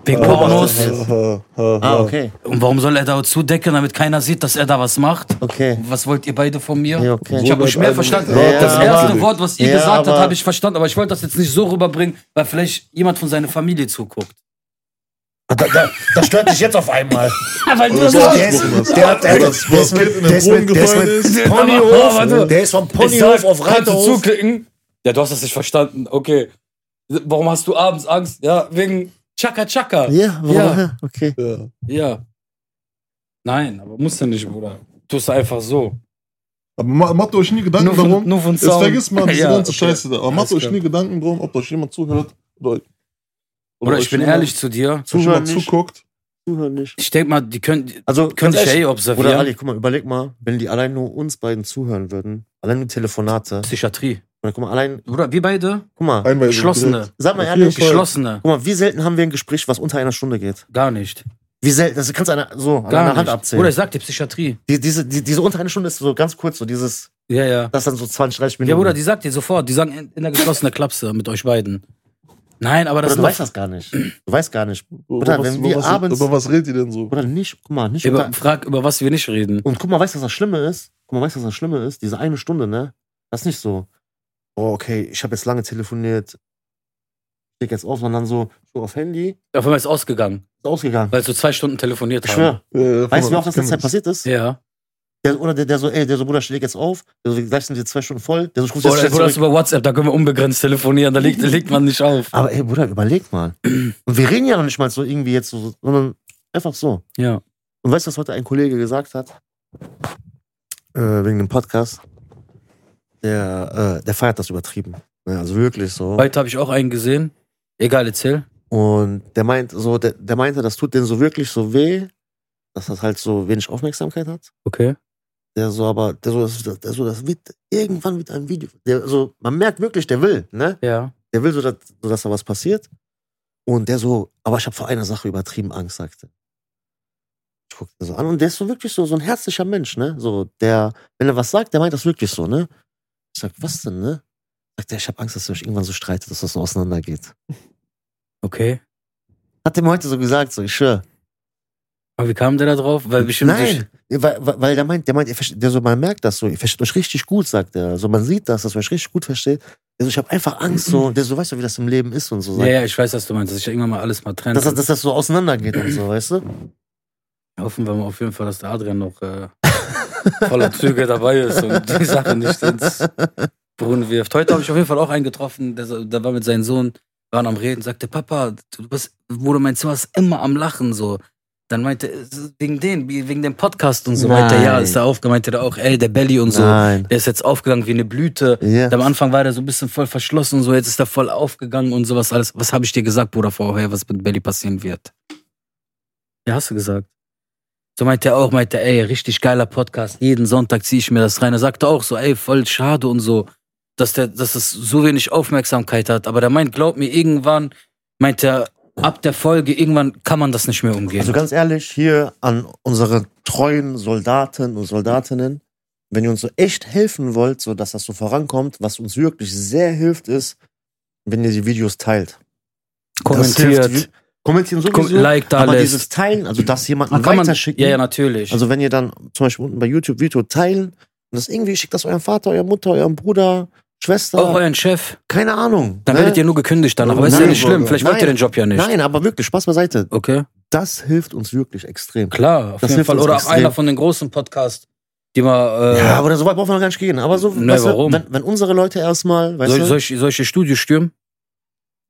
[SPEAKER 2] Wegen
[SPEAKER 3] Aber-
[SPEAKER 2] Pornos?
[SPEAKER 1] Ha, ha, ha,
[SPEAKER 3] Ah,
[SPEAKER 1] ha.
[SPEAKER 3] okay.
[SPEAKER 2] Und warum soll er da zudecken, damit keiner sieht, dass er da was macht?
[SPEAKER 3] Okay.
[SPEAKER 2] Was wollt ihr beide von mir?
[SPEAKER 3] Ja, okay.
[SPEAKER 2] Ich habe euch mehr verstanden.
[SPEAKER 3] Ja,
[SPEAKER 2] das
[SPEAKER 3] aber-
[SPEAKER 2] erste Wort, was ihr
[SPEAKER 3] Ja,
[SPEAKER 2] gesagt habt,
[SPEAKER 3] aber-
[SPEAKER 2] habe ich verstanden. Aber ich wollte das jetzt nicht so rüberbringen, weil vielleicht jemand von seiner Familie zuguckt.
[SPEAKER 3] Da, da, das stört dich jetzt auf einmal.
[SPEAKER 2] weil
[SPEAKER 1] Oder so
[SPEAKER 3] der ist-
[SPEAKER 1] ausgesprochen hast.
[SPEAKER 3] der hat- der-
[SPEAKER 1] Oder das
[SPEAKER 3] der ist
[SPEAKER 1] Kind
[SPEAKER 3] mit-
[SPEAKER 1] in
[SPEAKER 3] der
[SPEAKER 1] den
[SPEAKER 3] ist
[SPEAKER 1] Brunnen
[SPEAKER 3] mit- der ist
[SPEAKER 1] gefallen
[SPEAKER 3] mit-
[SPEAKER 1] ist.
[SPEAKER 2] Ponyhof, warte.
[SPEAKER 3] Der ist vom Ponyhof auf Reiterhof.
[SPEAKER 2] zuklicken? Ja, du hast das nicht verstanden. Okay. Warum hast du abends Angst? Ja, wegen Chaka Chaka.
[SPEAKER 3] Ja, warum?
[SPEAKER 2] Ja.
[SPEAKER 3] Okay.
[SPEAKER 1] Ja.
[SPEAKER 2] Ja. Nein, aber musst du nicht, Bruder. Tust du einfach so.
[SPEAKER 1] Aber ma- macht euch nie Gedanken darum.
[SPEAKER 2] nur von
[SPEAKER 1] Jetzt vergisst man diese
[SPEAKER 2] Ja,
[SPEAKER 1] ganze
[SPEAKER 2] okay.
[SPEAKER 1] Scheiße da. Aber
[SPEAKER 2] Alles
[SPEAKER 1] macht euch
[SPEAKER 2] klar.
[SPEAKER 1] nie Gedanken darum, ob euch jemand zuhört oder,
[SPEAKER 2] Bruder,
[SPEAKER 1] euch
[SPEAKER 2] ich bin
[SPEAKER 1] jemand-
[SPEAKER 2] ehrlich zu dir.
[SPEAKER 1] ob euch jemand
[SPEAKER 3] Zuhören nicht.
[SPEAKER 1] zuguckt.
[SPEAKER 3] Zuhören nicht.
[SPEAKER 2] Ich denke mal, die können,
[SPEAKER 3] Also,
[SPEAKER 2] können
[SPEAKER 3] ganz
[SPEAKER 2] dich ja eh
[SPEAKER 3] ehrlich, Bruder
[SPEAKER 2] observieren.
[SPEAKER 3] Ali, guck mal, überleg mal, wenn die allein nur uns beiden zuhören würden, allein nur Telefonate.
[SPEAKER 2] Psychiatrie.
[SPEAKER 3] Oder guck mal, allein,
[SPEAKER 2] Bruder, wir beide?
[SPEAKER 3] guck mal,
[SPEAKER 1] Einweisung
[SPEAKER 2] Geschlossene.
[SPEAKER 1] direkt.
[SPEAKER 3] sag mal
[SPEAKER 1] Auf
[SPEAKER 3] ehrlich,
[SPEAKER 1] jeden Voll. Fall.
[SPEAKER 2] Geschlossene.
[SPEAKER 3] guck mal, wie selten haben wir ein Gespräch, was unter einer Stunde geht?
[SPEAKER 2] Gar nicht.
[SPEAKER 3] Wie selten, das kannst du einer, so, an
[SPEAKER 2] Gar
[SPEAKER 3] einer
[SPEAKER 2] nicht.
[SPEAKER 3] Hand abzählen.
[SPEAKER 2] Bruder, ich sag dir Psychiatrie.
[SPEAKER 3] die, diese, die, diese unter einer Stunde ist so ganz kurz, so dieses,
[SPEAKER 2] Ja, ja.
[SPEAKER 3] das dann so 20, 30 Minuten.
[SPEAKER 2] Ja, Bruder, die sagt dir sofort. Die sagen in, in der geschlossenen Klapse mit euch beiden. Nein, aber das
[SPEAKER 3] Bruder, du weißt
[SPEAKER 2] ist
[SPEAKER 3] das gar nicht. Du weißt gar nicht.
[SPEAKER 1] Über
[SPEAKER 3] wenn
[SPEAKER 1] was,
[SPEAKER 3] wir
[SPEAKER 1] über, was,
[SPEAKER 3] abends-
[SPEAKER 1] über was redet ihr denn so?
[SPEAKER 3] Bruder, nicht, guck mal, nicht
[SPEAKER 2] über,
[SPEAKER 3] unter,
[SPEAKER 2] Frag, über was wir nicht reden.
[SPEAKER 3] Und guck mal, weißt du, was das Schlimme ist? Guck mal, weißt du, was das Schlimme ist? Diese eine Stunde, ne? Das ist nicht so, oh, okay, ich habe jetzt lange telefoniert, leg jetzt auf, sondern so, so auf Handy, ist
[SPEAKER 2] Auf einmal ist ausgegangen,
[SPEAKER 3] ausgegangen.
[SPEAKER 2] weil so zwei Stunden telefoniert
[SPEAKER 3] Ich
[SPEAKER 2] haben.
[SPEAKER 1] Ja,
[SPEAKER 3] schwör.
[SPEAKER 1] ja,
[SPEAKER 3] Weißt du, wie
[SPEAKER 1] Bruder,
[SPEAKER 3] oft das
[SPEAKER 1] kenn
[SPEAKER 3] letzte Zeit
[SPEAKER 1] das.
[SPEAKER 3] passiert ist?
[SPEAKER 2] Ja.
[SPEAKER 3] Der, oder der, der so, ey, der so, Bruder, stell dich jetzt auf. Der so, gleich sind wir zwei Stunden voll. Der so, ich ruf jetzt
[SPEAKER 2] Oder,
[SPEAKER 3] schnell
[SPEAKER 2] oder das
[SPEAKER 3] zurück.
[SPEAKER 2] über WhatsApp, da können wir unbegrenzt telefonieren, da legt, legt man nicht auf.
[SPEAKER 3] Aber ey, Bruder, überleg mal. Und wir reden ja noch nicht mal so irgendwie jetzt so, sondern einfach so.
[SPEAKER 2] Ja.
[SPEAKER 3] Und weißt du, was heute ein Kollege gesagt hat? Äh, wegen dem Podcast. Der, äh, der feiert das übertrieben. Ne, also wirklich so.
[SPEAKER 2] Heute habe ich auch einen gesehen. Egal, erzähl.
[SPEAKER 3] Und der meint so, der, der meinte, das tut denen so wirklich so weh, dass das halt so wenig Aufmerksamkeit hat.
[SPEAKER 2] Okay.
[SPEAKER 3] Der so, aber, der so, das, der so, das wird irgendwann wird ein Video. Der so, man merkt wirklich, der will, ne?
[SPEAKER 2] Ja.
[SPEAKER 3] Der will so, dass, so, dass da was passiert. Und der so, aber ich habe vor einer Sache übertrieben Angst, sagte. Ich guckte ihn so an und der ist so wirklich so, so ein herzlicher Mensch, ne? So, der, wenn er was sagt, der meint das wirklich so, ne? Ich sag, was denn, ne? Sagt er, ich habe Angst, dass ihr euch irgendwann so streitet, dass das so auseinandergeht.
[SPEAKER 2] Okay.
[SPEAKER 3] Hat der mir heute so gesagt, so, ich schwör.
[SPEAKER 2] Aber wie kam der da drauf? Weil bestimmt.
[SPEAKER 3] Nein, weil, weil weil der meint, der meint, ihr versteht- der so, man merkt das so, ihr versteht euch richtig gut, sagt er. So, man sieht das, dass man euch richtig gut versteht. Der so, ich habe einfach Angst, so, der so, weißt du, wie das im Leben ist und so.
[SPEAKER 2] Ja,
[SPEAKER 3] Sagt,
[SPEAKER 2] ja, ich weiß, was du meinst, dass ich irgendwann mal alles mal trenne.
[SPEAKER 3] dass, das- dass das so auseinandergeht und so, weißt du?
[SPEAKER 2] Hoffen wir mal auf jeden Fall, dass der Adrian noch äh, voller Züge dabei ist und die Sache nicht ins Brunnen wirft. Heute habe ich auf jeden Fall auch einen getroffen, der, so- der war mit seinem Sohn, waren am Reden, sagte, Papa, du bist, Bruder, mein Zimmer ist immer am Lachen so. Dann meinte, es ist wegen den, wie- wegen dem Podcast und so weiter,
[SPEAKER 3] Nein.
[SPEAKER 2] ja, ist er aufgegangen, meinte er auch, ey, der Belly und so,
[SPEAKER 3] Nein.
[SPEAKER 2] der ist jetzt aufgegangen wie eine Blüte.
[SPEAKER 3] Ja.
[SPEAKER 2] Und am Anfang war der so ein bisschen voll verschlossen und so, jetzt ist er voll aufgegangen und sowas alles. Was habe ich dir gesagt, Bruder, vorher, was mit Belly passieren wird? Ja, hast du gesagt. So meinte er auch, meinte er, ey, richtig geiler Podcast, jeden Sonntag ziehe ich mir das rein. Er sagte auch so, ey, voll schade und so, dass der, dass es so wenig Aufmerksamkeit hat. Aber der meint, glaub mir, irgendwann, meint er, ab der Folge, irgendwann kann man das nicht mehr umgehen.
[SPEAKER 3] Also ganz ehrlich, hier an unsere treuen Soldaten und Soldatinnen, wenn ihr uns so echt helfen wollt, so dass das so vorankommt, was uns wirklich sehr hilft, ist, wenn ihr die Videos teilt. Das hilft.
[SPEAKER 2] Kommentiert,
[SPEAKER 3] Kommentieren
[SPEAKER 2] kom
[SPEAKER 3] sowieso.
[SPEAKER 2] like da
[SPEAKER 3] aber
[SPEAKER 2] lässt.
[SPEAKER 3] dieses Teilen, also das jemanden
[SPEAKER 2] Kann man-
[SPEAKER 3] weiterschicken.
[SPEAKER 2] Ja, ja, natürlich.
[SPEAKER 3] also wenn ihr dann zum Beispiel unten bei YouTube Video teilen und das irgendwie schickt das eurem Vater, eurer Mutter, eurem Bruder,
[SPEAKER 2] auch
[SPEAKER 3] Schwester,
[SPEAKER 2] euren Chef.
[SPEAKER 3] keine Ahnung.
[SPEAKER 2] Dann
[SPEAKER 3] ne?
[SPEAKER 2] werdet ihr nur gekündigt danach. Aber ist ja
[SPEAKER 3] Nein,
[SPEAKER 2] nicht schlimm.
[SPEAKER 1] Bruder.
[SPEAKER 2] Vielleicht wollt ihr
[SPEAKER 3] Nein.
[SPEAKER 2] den Job ja nicht.
[SPEAKER 3] Nein, aber wirklich, Spaß beiseite.
[SPEAKER 2] Okay.
[SPEAKER 3] Das hilft uns wirklich extrem.
[SPEAKER 2] Klar, auf
[SPEAKER 3] Das
[SPEAKER 2] jeden
[SPEAKER 3] hilft
[SPEAKER 2] Fall.
[SPEAKER 3] uns
[SPEAKER 2] Oder auch
[SPEAKER 3] extrem.
[SPEAKER 2] einer von den großen Podcasts, die mal. Äh,
[SPEAKER 3] Ja, aber so weit brauchen wir noch gar nicht gehen. Aber so,
[SPEAKER 2] Ne,
[SPEAKER 3] weißt du,
[SPEAKER 2] warum?
[SPEAKER 3] Wenn, wenn unsere Leute erstmal, weißt
[SPEAKER 2] soll,
[SPEAKER 3] du,
[SPEAKER 2] soll, ich, soll ich ihr Studio stürmen?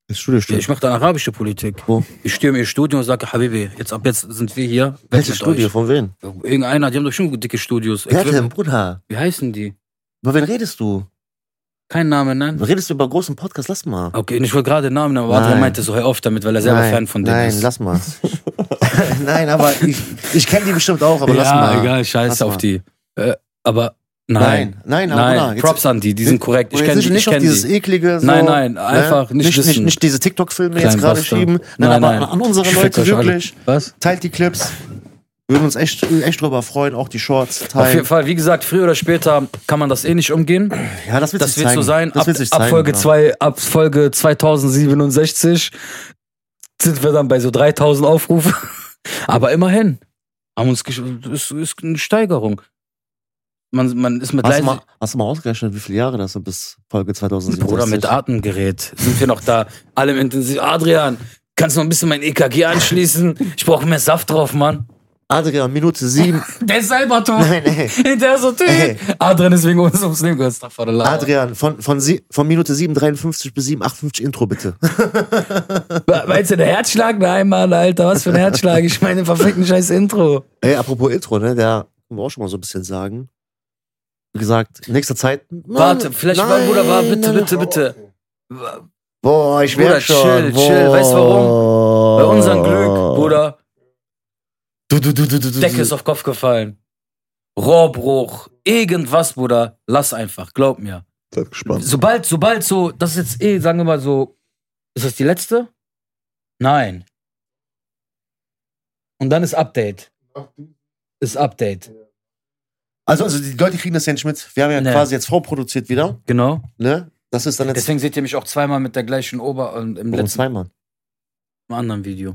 [SPEAKER 3] ins Studio stehen.
[SPEAKER 2] Ich mache da arabische Politik.
[SPEAKER 3] Wo?
[SPEAKER 2] Ich stürme ihr Studio und sage, Habibi, jetzt ab jetzt sind wir hier. Weg
[SPEAKER 3] Welches
[SPEAKER 2] mit
[SPEAKER 3] Studio? Von wem?
[SPEAKER 2] Euch. Irgendeiner, die haben doch schon dicke Studios.
[SPEAKER 3] Wer
[SPEAKER 2] Ich-
[SPEAKER 3] denn, Bruder?
[SPEAKER 2] Wie heißen die?
[SPEAKER 3] Über wen redest du?
[SPEAKER 2] Kein Name, nein?
[SPEAKER 3] Redest du über großen Podcast? Lass mal.
[SPEAKER 2] Okay, und ich wollte gerade den Namen, aber Adrian
[SPEAKER 3] Nein.
[SPEAKER 2] meinte so, hör auf damit, weil er selber Fan von denen
[SPEAKER 3] nein,
[SPEAKER 2] ist.
[SPEAKER 3] lass mal. nein, aber ich, ich kenne die bestimmt auch, aber
[SPEAKER 2] ja,
[SPEAKER 3] lass mal.
[SPEAKER 2] egal, scheiß
[SPEAKER 3] Lass
[SPEAKER 2] auf
[SPEAKER 3] mal.
[SPEAKER 2] die. Äh, aber nein.
[SPEAKER 3] Nein, nein, aber
[SPEAKER 2] Nein,
[SPEAKER 3] Bruder, jetzt-
[SPEAKER 2] Props an die, die sind korrekt. Ich
[SPEAKER 3] Bruder,
[SPEAKER 2] kenne
[SPEAKER 3] jetzt
[SPEAKER 2] die,
[SPEAKER 3] nicht
[SPEAKER 2] ich
[SPEAKER 3] auf
[SPEAKER 2] kenne
[SPEAKER 3] dieses
[SPEAKER 2] die.
[SPEAKER 3] eklige. So,
[SPEAKER 2] Nein, nein, einfach
[SPEAKER 3] ne?
[SPEAKER 2] nicht
[SPEAKER 3] nicht, nicht,
[SPEAKER 2] wissen.
[SPEAKER 3] nicht diese TikTok-Filme jetzt
[SPEAKER 2] Kleinen
[SPEAKER 3] gerade
[SPEAKER 2] Bastard.
[SPEAKER 3] schieben. Nein,
[SPEAKER 2] Nein,
[SPEAKER 3] aber
[SPEAKER 2] nein.
[SPEAKER 3] an unsere
[SPEAKER 2] Ich fick
[SPEAKER 3] Leute
[SPEAKER 2] euch alle.
[SPEAKER 3] wirklich.
[SPEAKER 2] Was?
[SPEAKER 3] Teilt die Clips. Würden uns echt, echt drüber freuen, auch die Shorts
[SPEAKER 2] Auf jeden
[SPEAKER 3] teilen.
[SPEAKER 2] Fall, wie gesagt, früher oder später kann man das eh nicht umgehen.
[SPEAKER 3] Ja, das wird
[SPEAKER 2] Das
[SPEAKER 3] sich
[SPEAKER 2] wird so
[SPEAKER 3] zeigen.
[SPEAKER 2] sein.
[SPEAKER 3] Das
[SPEAKER 2] Ab,
[SPEAKER 3] wird sich
[SPEAKER 2] ab
[SPEAKER 3] zeigen, genau.
[SPEAKER 2] Folge
[SPEAKER 3] ja.
[SPEAKER 2] 2, ab Folge 2067 sind wir dann bei so 3000 Aufrufe. Aber immerhin. Haben uns gesch- ist, ist eine Steigerung. Man, man ist mit
[SPEAKER 3] Hast du,
[SPEAKER 2] leise-
[SPEAKER 3] mal, hast du mal ausgerechnet, wie viele Jahre das sind bis Folge 2067?
[SPEAKER 2] Bruder, mit Atemgerät sind wir noch da. Alle im Intensiv. Adrian, kannst du noch ein bisschen mein EKG anschließen? Ich brauche mehr Saft drauf, Mann.
[SPEAKER 3] Adrian, Minute 7.
[SPEAKER 2] Der ist Salvatore.
[SPEAKER 3] Nein, ey.
[SPEAKER 2] Der ist so
[SPEAKER 3] Ey.
[SPEAKER 2] Typ. Adrian ist wegen uns ums Leben gegangen. Astaghfirullah.
[SPEAKER 3] Adrian, von, von, sie, von Minute 7,53 bis 7,58 Intro bitte.
[SPEAKER 2] We- Meinst du, der Herzschlag? Nein, Mann, Alter, was für ein Herzschlag? Ich meine, den verfickten scheiß Intro.
[SPEAKER 3] Ey, apropos Intro, ne, da können wir auch schon mal so ein bisschen sagen. Wie gesagt, in nächster Zeit. Nein,
[SPEAKER 2] Warte, vielleicht war- Bruder, war- bitte,
[SPEAKER 3] nein, nein.
[SPEAKER 2] bitte, bitte.
[SPEAKER 3] Boah, ich
[SPEAKER 2] Bruder,
[SPEAKER 3] merk schon.
[SPEAKER 2] chill,
[SPEAKER 3] boah.
[SPEAKER 2] chill. Weißt du warum?
[SPEAKER 3] Oh.
[SPEAKER 2] Bei unserem Glück, Bruder,
[SPEAKER 3] Du, du, du, du, du, du.
[SPEAKER 2] Decke ist auf Kopf gefallen. Rohrbruch, irgendwas, Bruder, lass einfach, glaub mir.
[SPEAKER 1] Bleib gespannt.
[SPEAKER 2] Sobald, sobald so, das ist jetzt eh, sagen wir mal so, ist das die letzte? Nein. Und dann ist Update. Ist Update.
[SPEAKER 3] Also, also die Leute kriegen das ja nicht mit. Wir haben ja
[SPEAKER 2] Nee.
[SPEAKER 3] quasi jetzt vorproduziert wieder.
[SPEAKER 2] Genau.
[SPEAKER 3] Ne? Das ist dann jetzt
[SPEAKER 2] Deswegen seht ihr mich auch zweimal mit der gleichen Ober und im
[SPEAKER 3] Warum
[SPEAKER 2] letzten
[SPEAKER 3] zweimal.
[SPEAKER 2] einem anderen Video.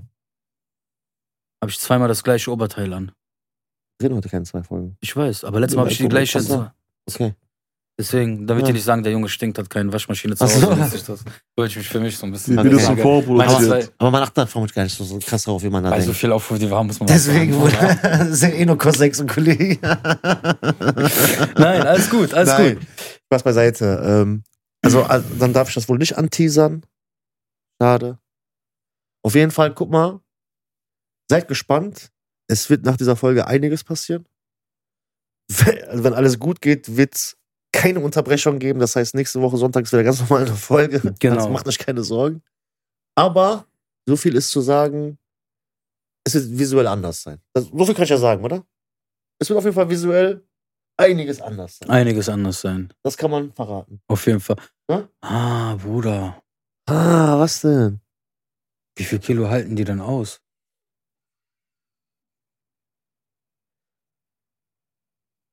[SPEAKER 2] Habe ich zweimal das gleiche Oberteil an.
[SPEAKER 3] Wir drehen heute keine zwei Folgen.
[SPEAKER 2] Ich weiß, aber letztes Mal habe ich die gleiche.
[SPEAKER 3] Ach so. Okay.
[SPEAKER 2] Deswegen, damit
[SPEAKER 3] Ja.
[SPEAKER 2] die nicht sagen, der Junge stinkt, hat keine Waschmaschine zu
[SPEAKER 3] Ach so.
[SPEAKER 2] Hause. Das ist das. Wollte ich mich für mich so ein bisschen.
[SPEAKER 1] Wie, wie das so
[SPEAKER 3] Okay.
[SPEAKER 2] Meistens,
[SPEAKER 1] vorproduziert.
[SPEAKER 2] weil,
[SPEAKER 3] Aber man achtet vermutlich gar nicht so, so krass darauf, wie man da
[SPEAKER 2] weil so
[SPEAKER 3] denkt.
[SPEAKER 2] viel Aufrufe, die wir haben, muss man
[SPEAKER 3] Deswegen
[SPEAKER 2] was sagen.
[SPEAKER 3] Bruder, sind eh nur Cosex und Kollegen.
[SPEAKER 2] Nein, alles gut, alles
[SPEAKER 3] Nein.
[SPEAKER 2] gut.
[SPEAKER 3] Spaß beiseite. Ähm, also, äh, dann darf ich das wohl nicht anteasern. Schade. Auf jeden Fall, guck mal. Seid gespannt. Es wird nach dieser Folge einiges passieren. Wenn also wenn alles gut geht, wird es keine Unterbrechung geben. Das heißt, nächste Woche Sonntag ist wieder ganz normal eine Folge.
[SPEAKER 2] Genau.
[SPEAKER 3] Also macht euch keine Sorgen. Aber so viel ist zu sagen, es wird visuell anders sein. Das, so viel kann ich ja sagen, oder? Es wird auf jeden Fall visuell einiges anders sein.
[SPEAKER 2] Einiges anders sein.
[SPEAKER 3] Das kann man verraten.
[SPEAKER 2] Auf jeden Fall.
[SPEAKER 3] Ja?
[SPEAKER 2] Ah, Bruder.
[SPEAKER 3] Ah, was denn?
[SPEAKER 2] Wie viel Kilo halten die denn aus?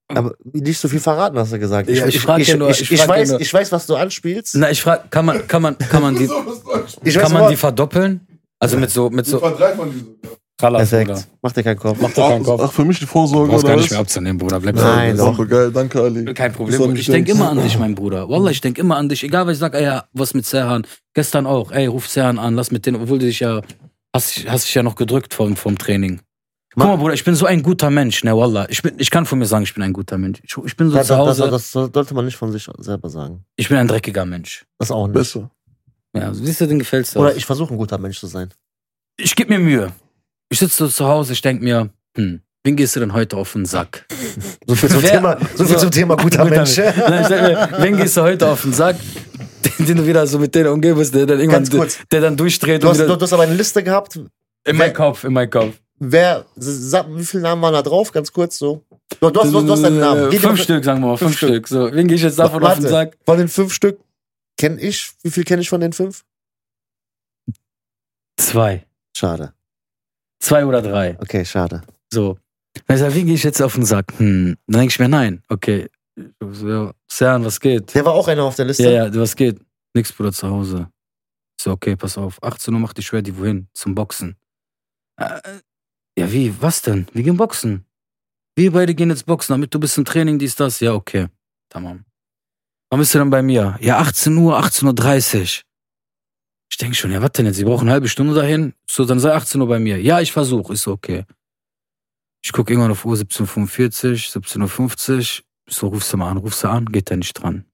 [SPEAKER 3] Aber nicht so viel verraten, hast du gesagt.
[SPEAKER 2] Hm. Ja, ich frag
[SPEAKER 3] ich,
[SPEAKER 2] ja nur-
[SPEAKER 3] ich,
[SPEAKER 2] ich
[SPEAKER 3] ich,
[SPEAKER 2] frag ja
[SPEAKER 3] weiß,
[SPEAKER 2] nur-
[SPEAKER 3] ich weiß, was du anspielst.
[SPEAKER 2] Na, ich frage, kann man, kann man, kann man die,
[SPEAKER 3] ich weiß
[SPEAKER 2] kann man
[SPEAKER 3] aber-
[SPEAKER 2] die verdoppeln? Also mit so, mit
[SPEAKER 4] So.
[SPEAKER 2] so,
[SPEAKER 4] Verdreifachen die sogar.
[SPEAKER 2] Kralas,
[SPEAKER 3] Perfekt.
[SPEAKER 2] Bruder.
[SPEAKER 3] Mach dir keinen Kopf.
[SPEAKER 2] Mach dir
[SPEAKER 1] Ach,
[SPEAKER 2] keinen Kopf.
[SPEAKER 1] ach, für mich die
[SPEAKER 2] Du
[SPEAKER 1] Vorsorge
[SPEAKER 2] brauchst gar
[SPEAKER 1] oder
[SPEAKER 2] nicht mehr
[SPEAKER 1] was?
[SPEAKER 2] abzunehmen, Bruder. Bleib
[SPEAKER 3] Nein,
[SPEAKER 2] so.
[SPEAKER 1] Sache, geil, danke Ali.
[SPEAKER 2] Kein
[SPEAKER 1] Ist doch
[SPEAKER 2] Problem.
[SPEAKER 1] nicht
[SPEAKER 2] Ich denke
[SPEAKER 1] schlimm.
[SPEAKER 2] immer an dich, mein Bruder. Wallah, ich denke immer an dich. Egal, was ich sag, ey, ja, was mit Serhan. Gestern auch, ey, ruf Serhan an, lass mit denen, obwohl du dich ja, hast, dich- hast dich ja noch gedrückt vom, vom Training. Guck
[SPEAKER 3] Ma-
[SPEAKER 2] mal, Bruder, ich bin so ein guter Mensch, ne, Wallah. Ich, bin, ich kann von mir sagen, ich bin ein guter Mensch. Ich, ich bin so
[SPEAKER 3] Das,
[SPEAKER 2] zu
[SPEAKER 3] das,
[SPEAKER 2] Hause,
[SPEAKER 3] das, das sollte man nicht von sich selber sagen.
[SPEAKER 2] ich bin ein dreckiger Mensch.
[SPEAKER 3] Das auch nicht.
[SPEAKER 1] Besser.
[SPEAKER 2] Ja, siehst du, den gefällt's dir.
[SPEAKER 3] Oder ich versuche ein guter Mensch zu sein.
[SPEAKER 2] ich gebe mir Mühe. Ich sitze so zu Hause, ich denke mir, hm, wen gehst du denn heute auf den Sack?
[SPEAKER 3] So viel zum,
[SPEAKER 2] Wer-
[SPEAKER 3] Thema, so viel
[SPEAKER 2] so-
[SPEAKER 3] zum Thema guter,
[SPEAKER 2] Guter
[SPEAKER 3] Mensch.
[SPEAKER 2] Nein, ich sag mir, wen gehst du heute auf den Sack, den, den du wieder so mit denen umgeben bist, der dann irgendwann,
[SPEAKER 3] Ganz kurz.
[SPEAKER 2] der dann durchdreht
[SPEAKER 3] Du
[SPEAKER 2] und
[SPEAKER 3] hast, du,
[SPEAKER 2] wieder,
[SPEAKER 3] du hast aber eine Liste gehabt.
[SPEAKER 2] in meinem Kopf, in meinem Kopf.
[SPEAKER 3] Wer, sag, wie viele Namen waren da drauf? Ganz kurz so. Du, du, hast, du, hast- du hast deinen Namen.
[SPEAKER 2] Äh,
[SPEAKER 3] Geh dir
[SPEAKER 2] fünf
[SPEAKER 3] mal-
[SPEAKER 2] Stück, sagen wir mal, fünf
[SPEAKER 3] Fünf
[SPEAKER 2] Stück. So, wen gehe ich jetzt davon auf den
[SPEAKER 3] Warte.
[SPEAKER 2] Sack?
[SPEAKER 3] Von den fünf Stück kenne ich. Wie viel kenne ich von den fünf?
[SPEAKER 2] Zwei.
[SPEAKER 3] Schade.
[SPEAKER 2] Zwei oder drei.
[SPEAKER 3] Okay, schade.
[SPEAKER 2] So. Dann ich sag, wen gehe ich jetzt auf den Sack? Hm. Dann denke ich mir, nein, okay. So, ja, Cern, was geht?
[SPEAKER 3] Der war auch einer auf der Liste.
[SPEAKER 2] Ja, ja, was geht? Nix, Bruder, zu Hause. Ich So, okay, pass auf. 18 Uhr macht die schwer, die wohin? Zum Boxen. Äh, ja, wie? Was denn? Wir gehen boxen. Wir beide gehen jetzt boxen, damit du bist im Training, dies, das. Ja, okay. Tamam. Wann bist du denn bei mir? Ja, 18 Uhr, 18.30 Uhr. Ich denke schon, ja, was denn jetzt? Sie brauchen eine halbe Stunde dahin. So, dann sei 18 Uhr bei mir. Ja, ich versuche. Ist so, okay. Ich gucke irgendwann auf Uhr 17.45 Uhr, 17.50 Uhr. So, rufst du mal an, rufst du an, geht er nicht dran.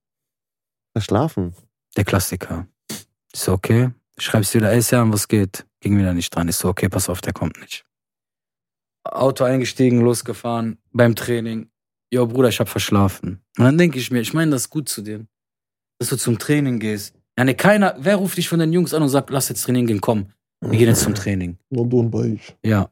[SPEAKER 3] Verschlafen.
[SPEAKER 2] Der Klassiker. Ich so, okay. Schreibst wieder, ey, Sam, was geht? Ging wieder nicht dran. Ich so, okay, pass auf, der kommt nicht. Auto eingestiegen, losgefahren, beim Training. Jo, Bruder, ich hab verschlafen. Und dann denke ich mir, ich meine das gut zu dir, dass du zum Training gehst. Ja, ne, keiner, wer ruft dich von den Jungs an und sagt, lass jetzt trainieren gehen, komm, wir gehen jetzt zum Training.
[SPEAKER 1] Und und bei ich.
[SPEAKER 2] Ja.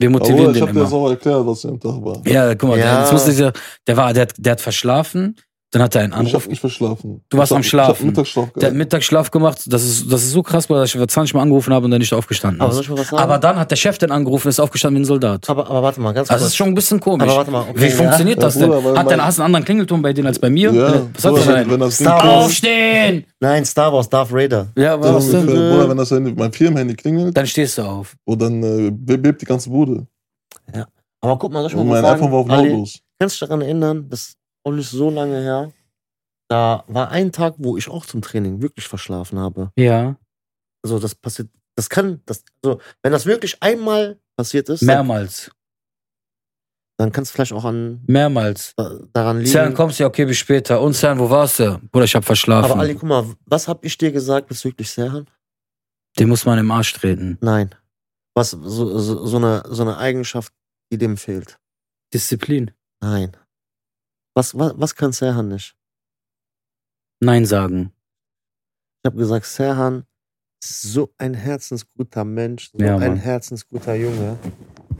[SPEAKER 2] Wir
[SPEAKER 1] Aber
[SPEAKER 2] motivieren
[SPEAKER 1] ich
[SPEAKER 2] den
[SPEAKER 1] hab dir
[SPEAKER 2] immer.
[SPEAKER 1] das auch erklärt, was am Tag war.
[SPEAKER 2] ja, guck mal,
[SPEAKER 3] Ja.
[SPEAKER 2] Der, das musste ich, ja- der war, der, hat- der hat verschlafen, dann hat er einen
[SPEAKER 1] Ich
[SPEAKER 2] Anruf
[SPEAKER 1] hab nicht verschlafen.
[SPEAKER 2] Du warst
[SPEAKER 1] ich
[SPEAKER 2] am
[SPEAKER 1] hab, Ich
[SPEAKER 2] Schlafen.
[SPEAKER 1] hab Mittagsschlaf
[SPEAKER 2] Der hat
[SPEAKER 1] gehabt.
[SPEAKER 2] Mittagsschlaf gemacht. Das ist, das ist so krass, Bruder, dass ich 20 Mal angerufen habe und dann nicht aufgestanden
[SPEAKER 3] Aber soll
[SPEAKER 2] ist.
[SPEAKER 3] ich mal was sagen?
[SPEAKER 2] Aber dann hat der Chef den angerufen, ist aufgestanden wie ein Soldat.
[SPEAKER 3] aber, aber warte mal, ganz kurz.
[SPEAKER 2] Das Also, ist schon ein bisschen komisch.
[SPEAKER 3] aber warte mal, okay,
[SPEAKER 2] Wie funktioniert
[SPEAKER 1] Ja,
[SPEAKER 2] das denn?
[SPEAKER 1] Bruder, weil
[SPEAKER 2] Hat der
[SPEAKER 1] mein-
[SPEAKER 2] hast du einen anderen Klingelton bei denen als bei mir?
[SPEAKER 1] Ja,
[SPEAKER 2] Was hat
[SPEAKER 1] Bruder,
[SPEAKER 2] das
[SPEAKER 1] wenn,
[SPEAKER 2] denn?
[SPEAKER 1] wenn das Ding
[SPEAKER 3] Star Wars.
[SPEAKER 2] Aufstehen!
[SPEAKER 3] Nein, Star Wars, Darth Vader.
[SPEAKER 2] Ja, aber
[SPEAKER 1] So
[SPEAKER 2] was
[SPEAKER 1] ungefähr,
[SPEAKER 2] denn?
[SPEAKER 1] Bruder, wenn das Handy, mein Firmenhandy klingelt,
[SPEAKER 2] Dann stehst du auf.
[SPEAKER 1] und dann äh, be- bebt die ganze Bude.
[SPEAKER 3] Aber guck mal, soll ich mal
[SPEAKER 1] Und
[SPEAKER 3] was
[SPEAKER 1] mein
[SPEAKER 3] sagen?
[SPEAKER 1] iPhone war auf
[SPEAKER 3] Ali,
[SPEAKER 1] lautlos.
[SPEAKER 3] kannst du dich daran erinnern, das ist auch nicht so lange her. Da war ein Tag, wo ich auch zum Training wirklich verschlafen habe.
[SPEAKER 2] Ja.
[SPEAKER 3] Also das passiert, das kann, das, also wenn das wirklich einmal passiert ist, dann,
[SPEAKER 2] Mehrmals.
[SPEAKER 3] dann kann es vielleicht auch an,
[SPEAKER 2] Mehrmals.
[SPEAKER 3] äh, daran liegen.
[SPEAKER 2] Cern, kommst du? Ja, okay, bis später. Und Cern, wo warst du? Bruder, ich hab verschlafen.
[SPEAKER 3] aber Ali, guck mal, was hab ich dir gesagt bezüglich Serhan?
[SPEAKER 2] Den muss man im Arsch treten.
[SPEAKER 3] Nein. Was, so, so, so, eine, so eine Eigenschaft, die dem fehlt.
[SPEAKER 2] Disziplin.
[SPEAKER 3] Nein. Was, was, was kann Serhan nicht?
[SPEAKER 2] Nein sagen.
[SPEAKER 3] Ich habe gesagt, Serhan ist so ein herzensguter Mensch, so
[SPEAKER 2] Ja, Mann.
[SPEAKER 3] ein herzensguter Junge.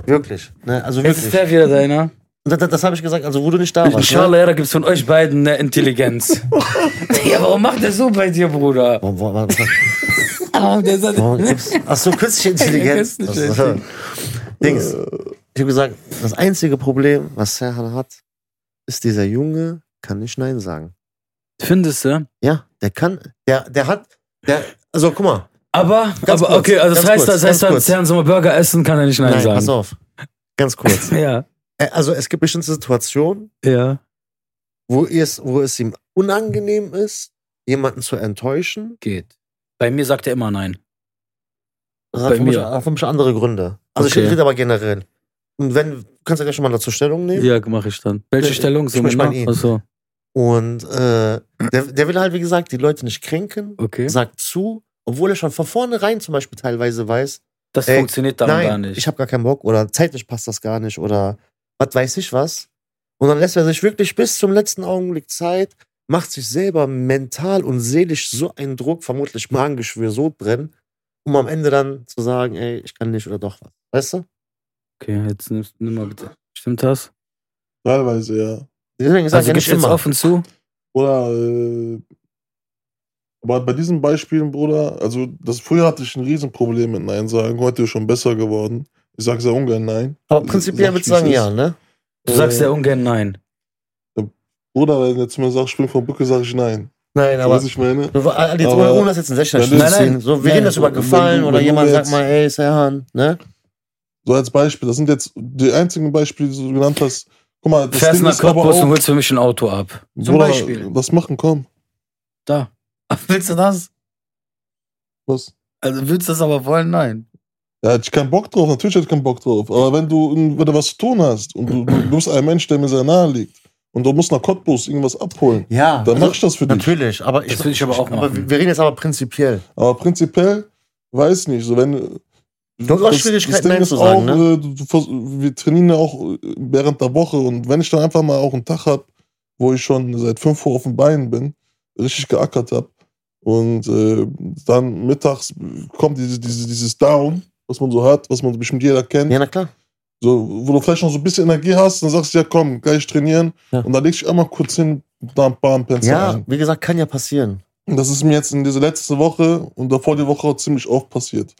[SPEAKER 3] Wirklich. Ne? Also
[SPEAKER 2] Jetzt ist der
[SPEAKER 3] wirklich.
[SPEAKER 2] wieder deiner.
[SPEAKER 3] Das, das, das habe ich gesagt, also wo du nicht da warst. Ne?
[SPEAKER 2] Inshallah, da gibt's von euch beiden eine Intelligenz. ja, warum macht er so bei dir, Bruder?
[SPEAKER 3] Warum, warum,
[SPEAKER 2] Warum der sagt,
[SPEAKER 3] warum gibt's, ach so, künstliche Intelligenz.
[SPEAKER 2] Künstliche
[SPEAKER 3] Das- Dings. Ich habe gesagt, das einzige Problem, was Serhan hat, ist dieser Junge kann nicht Nein sagen.
[SPEAKER 2] Findest du?
[SPEAKER 3] Ja, der kann, der, der hat, der, also guck mal.
[SPEAKER 2] Aber,
[SPEAKER 3] Ganz
[SPEAKER 2] aber
[SPEAKER 3] kurz,
[SPEAKER 2] okay, also das
[SPEAKER 3] ganz
[SPEAKER 2] heißt,
[SPEAKER 3] kurz,
[SPEAKER 2] das heißt,
[SPEAKER 3] ganz
[SPEAKER 2] dann
[SPEAKER 3] kurz.
[SPEAKER 2] Zern so mal Burger essen kann er nicht Nein,
[SPEAKER 3] nein
[SPEAKER 2] sagen.
[SPEAKER 3] pass auf. Ganz kurz.
[SPEAKER 2] Ja,
[SPEAKER 3] Äh, Also es gibt bestimmte Situationen,
[SPEAKER 2] ja.
[SPEAKER 3] wo, es, wo es ihm unangenehm ist, jemanden zu enttäuschen.
[SPEAKER 2] Geht. Bei mir sagt er immer nein.
[SPEAKER 3] Das hat für mich-
[SPEAKER 2] mir.
[SPEAKER 3] hat für mich andere Gründe. Also
[SPEAKER 2] Okay.
[SPEAKER 3] ich rede aber generell. Und wenn, kannst du ja schon mal dazu Stellung nehmen.
[SPEAKER 2] Ja, mache ich dann. Welche
[SPEAKER 3] Ich-
[SPEAKER 2] Stellung? So
[SPEAKER 3] ich
[SPEAKER 2] genau?
[SPEAKER 3] meine ihn.
[SPEAKER 2] Achso,
[SPEAKER 3] Und äh, der, der will halt, wie gesagt, die Leute nicht kränken,
[SPEAKER 2] okay.
[SPEAKER 3] sagt zu, obwohl er schon von vornherein zum Beispiel teilweise weiß,
[SPEAKER 2] Das
[SPEAKER 3] Ey,
[SPEAKER 2] funktioniert dann
[SPEAKER 3] nein,
[SPEAKER 2] gar nicht.
[SPEAKER 3] ich habe gar keinen Bock oder zeitlich passt das gar nicht oder was weiß ich was. Und dann lässt er sich wirklich bis zum letzten Augenblick Zeit, macht sich selber mental und seelisch so einen Druck, vermutlich Magengeschwür so brennen, um am Ende dann zu sagen, ey, ich kann nicht oder doch was. Weißt du?
[SPEAKER 2] okay, jetzt nimm, nimm mal bitte. Stimmt das?
[SPEAKER 1] Teilweise, ja.
[SPEAKER 3] Deswegen sage
[SPEAKER 2] Also
[SPEAKER 3] ich
[SPEAKER 2] gibt's
[SPEAKER 3] nicht
[SPEAKER 2] jetzt
[SPEAKER 3] immer.
[SPEAKER 2] auf und zu?
[SPEAKER 1] Oder, äh, aber bei diesen Beispielen, Bruder, also das früher hatte ich ein Riesenproblem mit Nein sagen, heute ist schon besser geworden. Ich sage sehr ungern Nein.
[SPEAKER 3] Aber prinzipiell
[SPEAKER 1] Sag
[SPEAKER 3] würde
[SPEAKER 1] ich,
[SPEAKER 3] ich
[SPEAKER 1] wie
[SPEAKER 3] sagen,
[SPEAKER 1] es
[SPEAKER 3] ja,
[SPEAKER 1] ist.
[SPEAKER 3] ne?
[SPEAKER 2] Du
[SPEAKER 1] Äh,
[SPEAKER 2] sagst ja ungern nein.
[SPEAKER 1] Bruder, wenn jetzt mir sagt, spring vom Brücke, sage ich Nein.
[SPEAKER 3] Nein,
[SPEAKER 1] Aber
[SPEAKER 3] aber
[SPEAKER 1] was ich meine?
[SPEAKER 3] So, ah, Jetzt,
[SPEAKER 1] Aber-
[SPEAKER 3] ohne, ohne das jetzt in Sechster
[SPEAKER 1] Wenn du-
[SPEAKER 3] zu
[SPEAKER 2] Nein, nein.
[SPEAKER 3] ziehen. So, wir
[SPEAKER 2] Nein.
[SPEAKER 3] reden jetzt über
[SPEAKER 1] Wenn du-
[SPEAKER 3] Gefallen
[SPEAKER 1] wenn
[SPEAKER 3] oder
[SPEAKER 1] du
[SPEAKER 3] jemand sagt
[SPEAKER 1] jetzt-
[SPEAKER 3] mal, ey, Serhan, ne?
[SPEAKER 1] So als Beispiel, das sind jetzt die einzigen Beispiele, die du genannt hast. Guck mal, das
[SPEAKER 2] Fährst
[SPEAKER 1] Ding
[SPEAKER 2] nach
[SPEAKER 1] ist aber
[SPEAKER 2] Cottbus und
[SPEAKER 1] auch,
[SPEAKER 2] holst für mich ein Auto ab. Zum
[SPEAKER 1] Bruder,
[SPEAKER 2] Beispiel.
[SPEAKER 1] das machen, komm.
[SPEAKER 2] Da. Willst du das?
[SPEAKER 1] Was?
[SPEAKER 2] Also willst du das aber wollen? Nein.
[SPEAKER 1] Ja, hätte ich keinen Bock drauf, natürlich hätte ich keinen Bock drauf. Aber wenn du, wenn du was zu tun hast und du, du bist ein Mensch, der mir sehr nahe liegt und du musst nach Cottbus irgendwas abholen,
[SPEAKER 3] Ja,
[SPEAKER 2] also
[SPEAKER 1] dann mach ich das für dich.
[SPEAKER 3] natürlich. Aber ich,
[SPEAKER 2] Das will ich aber auch
[SPEAKER 3] aber
[SPEAKER 2] machen.
[SPEAKER 3] wir reden jetzt aber prinzipiell.
[SPEAKER 1] Aber prinzipiell, weiß nicht, so wenn.
[SPEAKER 3] Du hast auch Schwierigkeiten, Nein zu
[SPEAKER 1] auch,
[SPEAKER 3] sagen, ne?
[SPEAKER 1] äh, du- du vers- wir trainieren ja auch äh, während der Woche und wenn ich dann einfach mal auch einen Tag habe, wo ich schon seit 5 Uhr auf den Beinen bin, richtig geackert habe und äh, dann mittags kommt diese, diese, dieses Down, was man so hat, was man bestimmt jeder kennt,
[SPEAKER 3] Ja, na klar.
[SPEAKER 1] so, wo du vielleicht noch so ein bisschen Energie hast, dann sagst du ja komm, gleich trainieren
[SPEAKER 3] Ja.
[SPEAKER 1] und dann legst du dich einmal kurz hin, da ein paar Penzer
[SPEAKER 3] Ja,
[SPEAKER 1] ein.
[SPEAKER 3] wie gesagt, kann ja passieren.
[SPEAKER 1] Und das ist mir jetzt in dieser letzten Woche und davor die Woche auch ziemlich oft passiert.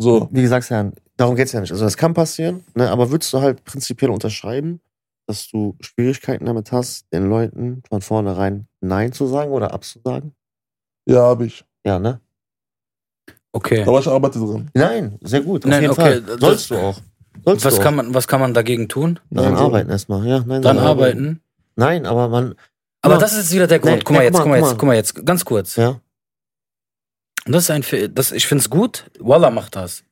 [SPEAKER 1] So.
[SPEAKER 3] Wie gesagt, Serhan, darum geht's ja nicht. Also, das kann passieren, ne? aber würdest du halt prinzipiell unterschreiben, dass du Schwierigkeiten damit hast, den Leuten von vornherein Nein zu sagen oder abzusagen?
[SPEAKER 1] Ja, habe ich.
[SPEAKER 3] Ja, ne?
[SPEAKER 2] Okay.
[SPEAKER 1] Aber ich arbeite dran.
[SPEAKER 3] Nein, sehr gut. Auf
[SPEAKER 2] Nein,
[SPEAKER 3] jeden
[SPEAKER 2] okay,
[SPEAKER 3] Fall.
[SPEAKER 2] das-
[SPEAKER 3] Sollst du auch. Sollst
[SPEAKER 2] Was
[SPEAKER 3] du
[SPEAKER 2] kann,
[SPEAKER 3] auch.
[SPEAKER 2] man, was kann man dagegen tun?
[SPEAKER 3] Dann
[SPEAKER 1] Also,
[SPEAKER 3] arbeiten erstmal. Ja, nein,
[SPEAKER 2] Dann
[SPEAKER 3] dann
[SPEAKER 2] arbeiten.
[SPEAKER 3] Nein, aber man.
[SPEAKER 2] Aber
[SPEAKER 3] Ja.
[SPEAKER 2] das ist jetzt wieder der Grund.
[SPEAKER 3] Nee,
[SPEAKER 2] guck mal
[SPEAKER 3] nee,
[SPEAKER 2] jetzt, guck mal jetzt, guck mal jetzt, ganz kurz.
[SPEAKER 3] Ja.
[SPEAKER 2] Und das ist ein, Fe- das, ich find's gut. Walla macht das.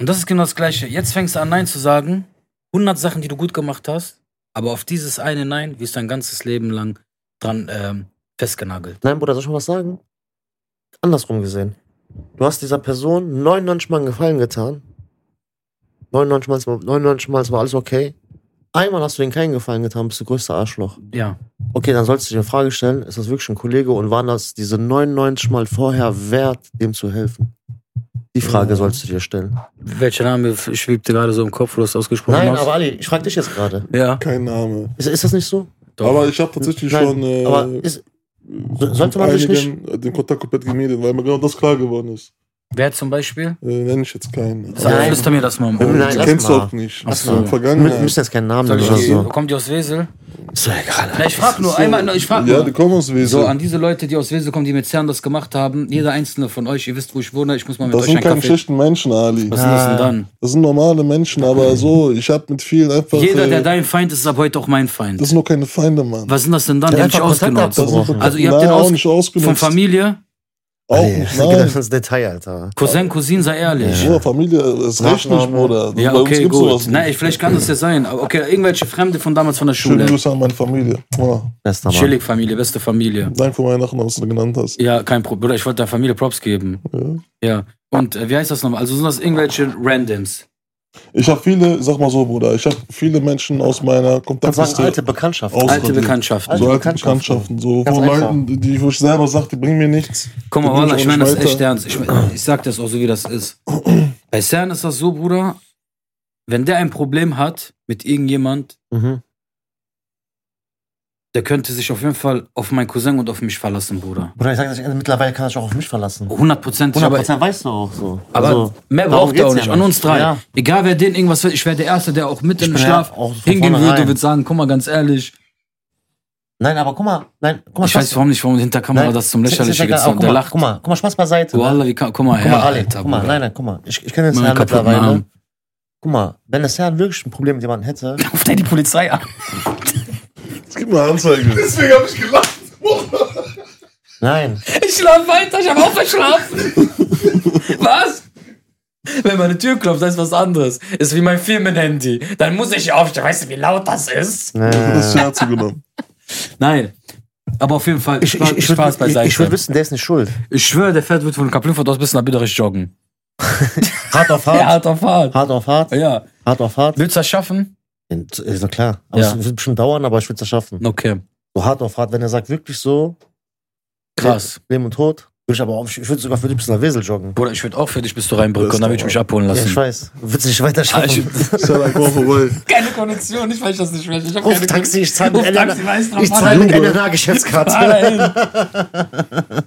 [SPEAKER 2] Und das ist genau das Gleiche. Jetzt fängst du an, Nein zu sagen. 100 Sachen, die du gut gemacht hast. Aber auf dieses eine Nein wirst du dein ganzes Leben lang dran ähm, festgenagelt.
[SPEAKER 3] Nein, Bruder, soll ich mal was sagen? Andersrum gesehen. Du hast dieser Person 99 Mal einen Gefallen getan. 99 Mal, 99 Mal war alles okay. Einmal hast du denen keinen Gefallen getan, bist du größter Arschloch.
[SPEAKER 2] Ja.
[SPEAKER 3] Okay, dann sollst du dir die Frage stellen, ist das wirklich ein Kollege und waren das diese 99 Mal vorher wert, dem zu helfen? Die Frage
[SPEAKER 1] Ja.
[SPEAKER 3] sollst du dir stellen.
[SPEAKER 2] Welcher Name f- schwebte gerade so im Kopf, wo du es ausgesprochen
[SPEAKER 3] Nein,
[SPEAKER 2] hast?
[SPEAKER 3] aber Ali, ich frage dich jetzt gerade.
[SPEAKER 2] ja.
[SPEAKER 1] Kein Name.
[SPEAKER 3] Ist, ist das nicht so?
[SPEAKER 2] Doch.
[SPEAKER 1] Aber ich habe tatsächlich
[SPEAKER 3] Nein,
[SPEAKER 1] schon äh,
[SPEAKER 3] aber ist, so- sollte man
[SPEAKER 1] mit
[SPEAKER 3] sich
[SPEAKER 1] einigen, äh, den Kontakt komplett gemietet, weil mir genau das klar geworden ist.
[SPEAKER 2] Wer zum Beispiel?
[SPEAKER 1] Äh, Nenne ich jetzt keinen.
[SPEAKER 3] Nein.
[SPEAKER 2] Sag, flüster mir das mal um.
[SPEAKER 1] Aber,
[SPEAKER 2] im
[SPEAKER 1] äh,
[SPEAKER 2] Ohr.
[SPEAKER 3] Nein,
[SPEAKER 1] du
[SPEAKER 3] lass
[SPEAKER 1] kennst du
[SPEAKER 3] mal.
[SPEAKER 1] auch nicht.
[SPEAKER 3] Ach
[SPEAKER 1] Ach
[SPEAKER 3] so.
[SPEAKER 1] so.
[SPEAKER 3] wir
[SPEAKER 1] Vergangenheit.
[SPEAKER 3] müssen jetzt keinen Namen
[SPEAKER 2] Soll
[SPEAKER 3] nennen
[SPEAKER 2] ich
[SPEAKER 3] oder
[SPEAKER 1] Sag ich
[SPEAKER 2] die,
[SPEAKER 3] so.
[SPEAKER 2] kommt die aus Wesel?
[SPEAKER 3] Ist doch egal.
[SPEAKER 2] Na, ich frag nur, einmal, ich frag
[SPEAKER 1] Ja,
[SPEAKER 2] nur.
[SPEAKER 1] die kommen aus Wesen.
[SPEAKER 2] So, an diese Leute, die aus Wesel kommen, die mit CERN das gemacht haben, jeder einzelne von euch, ihr wisst, wo ich wohne, ich muss mal mit
[SPEAKER 1] das
[SPEAKER 2] euch
[SPEAKER 1] sind
[SPEAKER 2] einen
[SPEAKER 1] keine
[SPEAKER 2] Kaffee.
[SPEAKER 1] schlechten Menschen, Ali.
[SPEAKER 2] Was sind das denn
[SPEAKER 3] Ah.
[SPEAKER 2] dann?
[SPEAKER 1] Das sind normale Menschen, aber so, ich habe mit vielen einfach.
[SPEAKER 2] Jeder,
[SPEAKER 1] äh,
[SPEAKER 2] der dein Feind ist, ist ab heute auch mein Feind.
[SPEAKER 1] das sind noch keine Feinde, Mann.
[SPEAKER 2] Was sind das denn dann? Die
[SPEAKER 3] Der
[SPEAKER 2] haben dich
[SPEAKER 3] einfach
[SPEAKER 2] ausgenutzt.
[SPEAKER 3] Kontakt
[SPEAKER 1] Das sind,
[SPEAKER 3] Verbrochen.
[SPEAKER 2] Also, ihr habt
[SPEAKER 1] nein,
[SPEAKER 2] den
[SPEAKER 1] auch
[SPEAKER 2] aus-
[SPEAKER 1] nicht
[SPEAKER 2] Von
[SPEAKER 1] ausgenutzt.
[SPEAKER 2] Familie?
[SPEAKER 1] Auch
[SPEAKER 3] Ey,
[SPEAKER 1] nicht,
[SPEAKER 3] geht
[SPEAKER 1] nein.
[SPEAKER 3] genau das ins Detail, Alter.
[SPEAKER 2] Cousin, Cousin, sei ehrlich.
[SPEAKER 1] Bruder, Familie äh, ist
[SPEAKER 3] Nachname.
[SPEAKER 1] rechtlich, Bruder.
[SPEAKER 2] Ja,
[SPEAKER 1] Bei uns
[SPEAKER 2] okay,
[SPEAKER 1] gibt's
[SPEAKER 2] gut.
[SPEAKER 1] sowas nicht.
[SPEAKER 2] Na, ich, vielleicht kann das ja sein. Aber okay, irgendwelche Fremde von damals von der
[SPEAKER 1] Schöne
[SPEAKER 2] Schule.
[SPEAKER 1] Grüße an meine Familie. Mua.
[SPEAKER 3] Bester Mann.
[SPEAKER 2] Chillig Familie, beste Familie.
[SPEAKER 1] Danke für meinen Nachnamen, dass du genannt hast.
[SPEAKER 2] Ja, kein Problem. Bruder, ich wollte deiner Familie Props geben.
[SPEAKER 1] Ja.
[SPEAKER 2] Ja. Und äh, wie heißt das nochmal? Also sind das irgendwelche Randoms?
[SPEAKER 1] Ich habe viele, sag mal so, Bruder, ich habe viele Menschen aus meiner
[SPEAKER 3] Kannst sagen,
[SPEAKER 1] Kontaktliste,
[SPEAKER 3] alte Bekanntschaft.
[SPEAKER 1] Aus-
[SPEAKER 2] Alte Bekanntschaften.
[SPEAKER 1] so alte
[SPEAKER 3] Bekanntschaften.
[SPEAKER 1] Bekanntschaften, so
[SPEAKER 3] Ganz
[SPEAKER 1] von
[SPEAKER 3] einfach.
[SPEAKER 1] Leuten, die wo ich selber sagte, bring mir nichts.
[SPEAKER 2] Guck mal,
[SPEAKER 1] Da bin
[SPEAKER 2] Wallah,
[SPEAKER 1] ich
[SPEAKER 2] ich
[SPEAKER 1] auch
[SPEAKER 2] meine das
[SPEAKER 1] nicht
[SPEAKER 2] echt
[SPEAKER 1] weiter.
[SPEAKER 2] ernst. Ich, ich sag das auch so, wie das ist. Bei CERN ist das so, Bruder, wenn der ein Problem hat mit irgendjemand,
[SPEAKER 3] Mhm.
[SPEAKER 2] der könnte sich auf jeden Fall auf meinen Cousin und auf mich verlassen, Bruder.
[SPEAKER 3] Bruder, ich sag das, also mittlerweile kann ich auch auf mich verlassen.
[SPEAKER 2] 100 Prozent.
[SPEAKER 3] 100%
[SPEAKER 2] Aber,
[SPEAKER 3] weißt du auch so.
[SPEAKER 2] aber
[SPEAKER 3] Also,
[SPEAKER 2] mehr
[SPEAKER 3] darum
[SPEAKER 2] braucht er auch
[SPEAKER 3] geht's
[SPEAKER 2] nicht.
[SPEAKER 3] ja
[SPEAKER 2] An uns drei.
[SPEAKER 3] Ja.
[SPEAKER 2] Egal wer den irgendwas will, ich wäre der Erste, der auch mit
[SPEAKER 3] Ich
[SPEAKER 2] in den
[SPEAKER 3] bin ja
[SPEAKER 2] Schlaf
[SPEAKER 3] auch von
[SPEAKER 2] hingehen würde
[SPEAKER 3] vornherein.
[SPEAKER 2] und würde sagen, guck mal, ganz ehrlich,
[SPEAKER 3] Nein, aber guck mal, nein, guck mal,
[SPEAKER 2] ich weiß warum nicht, warum hinter Kamera
[SPEAKER 3] nein,
[SPEAKER 2] das zum
[SPEAKER 3] ist- ist
[SPEAKER 2] Lächerlichen
[SPEAKER 3] egal, aber
[SPEAKER 2] gezogen.
[SPEAKER 3] guck
[SPEAKER 2] Der
[SPEAKER 3] mal,
[SPEAKER 2] lacht.
[SPEAKER 3] Guck mal, guck mal, Spaß beiseite. ne?
[SPEAKER 2] Wallah, wie kann, guck mal,
[SPEAKER 3] guck mal,
[SPEAKER 2] her,
[SPEAKER 3] Ali,
[SPEAKER 2] Alter,
[SPEAKER 3] guck mal,
[SPEAKER 2] Bruder.
[SPEAKER 3] nein, nein, guck mal. Ich, ich kenne den
[SPEAKER 2] Mach
[SPEAKER 3] Herrn
[SPEAKER 2] kaputt,
[SPEAKER 3] mittlerweile.
[SPEAKER 2] Mann.
[SPEAKER 3] Guck mal, wenn das Herrn wirklich ein Problem mit jemandem hätte,
[SPEAKER 2] Ruft er die Polizei an?
[SPEAKER 1] Gib mal Anzeige.
[SPEAKER 4] Deswegen habe ich gelacht.
[SPEAKER 3] Nein.
[SPEAKER 2] Ich schlafe weiter, ich habe auch verschlafen. was? Wenn meine Tür klopft, das ist was anderes. Ist wie mein Firmenhandy. Dann muss ich aufstehen. Weißt du, wie laut das ist?
[SPEAKER 1] Ich hab das
[SPEAKER 3] Äh,
[SPEAKER 1] Scherz genommen.
[SPEAKER 2] Nein. Aber auf jeden Fall,
[SPEAKER 3] ich ich, ich,
[SPEAKER 2] Spaß
[SPEAKER 3] würd- ich,
[SPEAKER 2] beiseite.
[SPEAKER 3] ich würde wissen, der ist nicht schuld.
[SPEAKER 2] Ich schwöre, der fährt wird von Kaplinfurt aus bis nach Biederich joggen.
[SPEAKER 3] Hart auf hart.
[SPEAKER 2] Ja, hart auf hart.
[SPEAKER 3] Hart auf hart.
[SPEAKER 2] Ja.
[SPEAKER 3] Hart auf hart.
[SPEAKER 2] Willst du das schaffen?
[SPEAKER 3] Und, Ist doch klar. Aber
[SPEAKER 2] Ja.
[SPEAKER 3] es wird bestimmt dauern, aber ich würde es schaffen.
[SPEAKER 2] Okay.
[SPEAKER 3] So hart auf hart, wenn er sagt, wirklich so,
[SPEAKER 2] Krass.
[SPEAKER 3] Leben und Tod, würde ich aber auch, ich würde sogar für dich bis nach Wesel joggen.
[SPEAKER 2] Bruder, ich würde auch für dich bis zur Rheinbrücke
[SPEAKER 1] Das
[SPEAKER 2] und dann
[SPEAKER 1] ist
[SPEAKER 2] würde ich mich abholen
[SPEAKER 3] Ja, ich
[SPEAKER 2] lassen.
[SPEAKER 3] weiß. Wird nicht weiter
[SPEAKER 2] Ah, ich-
[SPEAKER 3] schaffen.
[SPEAKER 1] Ist halt einfach vorbei.
[SPEAKER 2] keine Kondition, ich weiß das nicht mehr. Ich hab
[SPEAKER 3] Ruf Taxi, ich zahle mit
[SPEAKER 2] Ruf Taxi,
[SPEAKER 3] NNA.
[SPEAKER 2] weiß drauf,
[SPEAKER 3] Ich
[SPEAKER 2] Mann.
[SPEAKER 3] zahle mit
[SPEAKER 1] Junge.
[SPEAKER 3] NNA-Geschäftskarte.
[SPEAKER 2] Nein.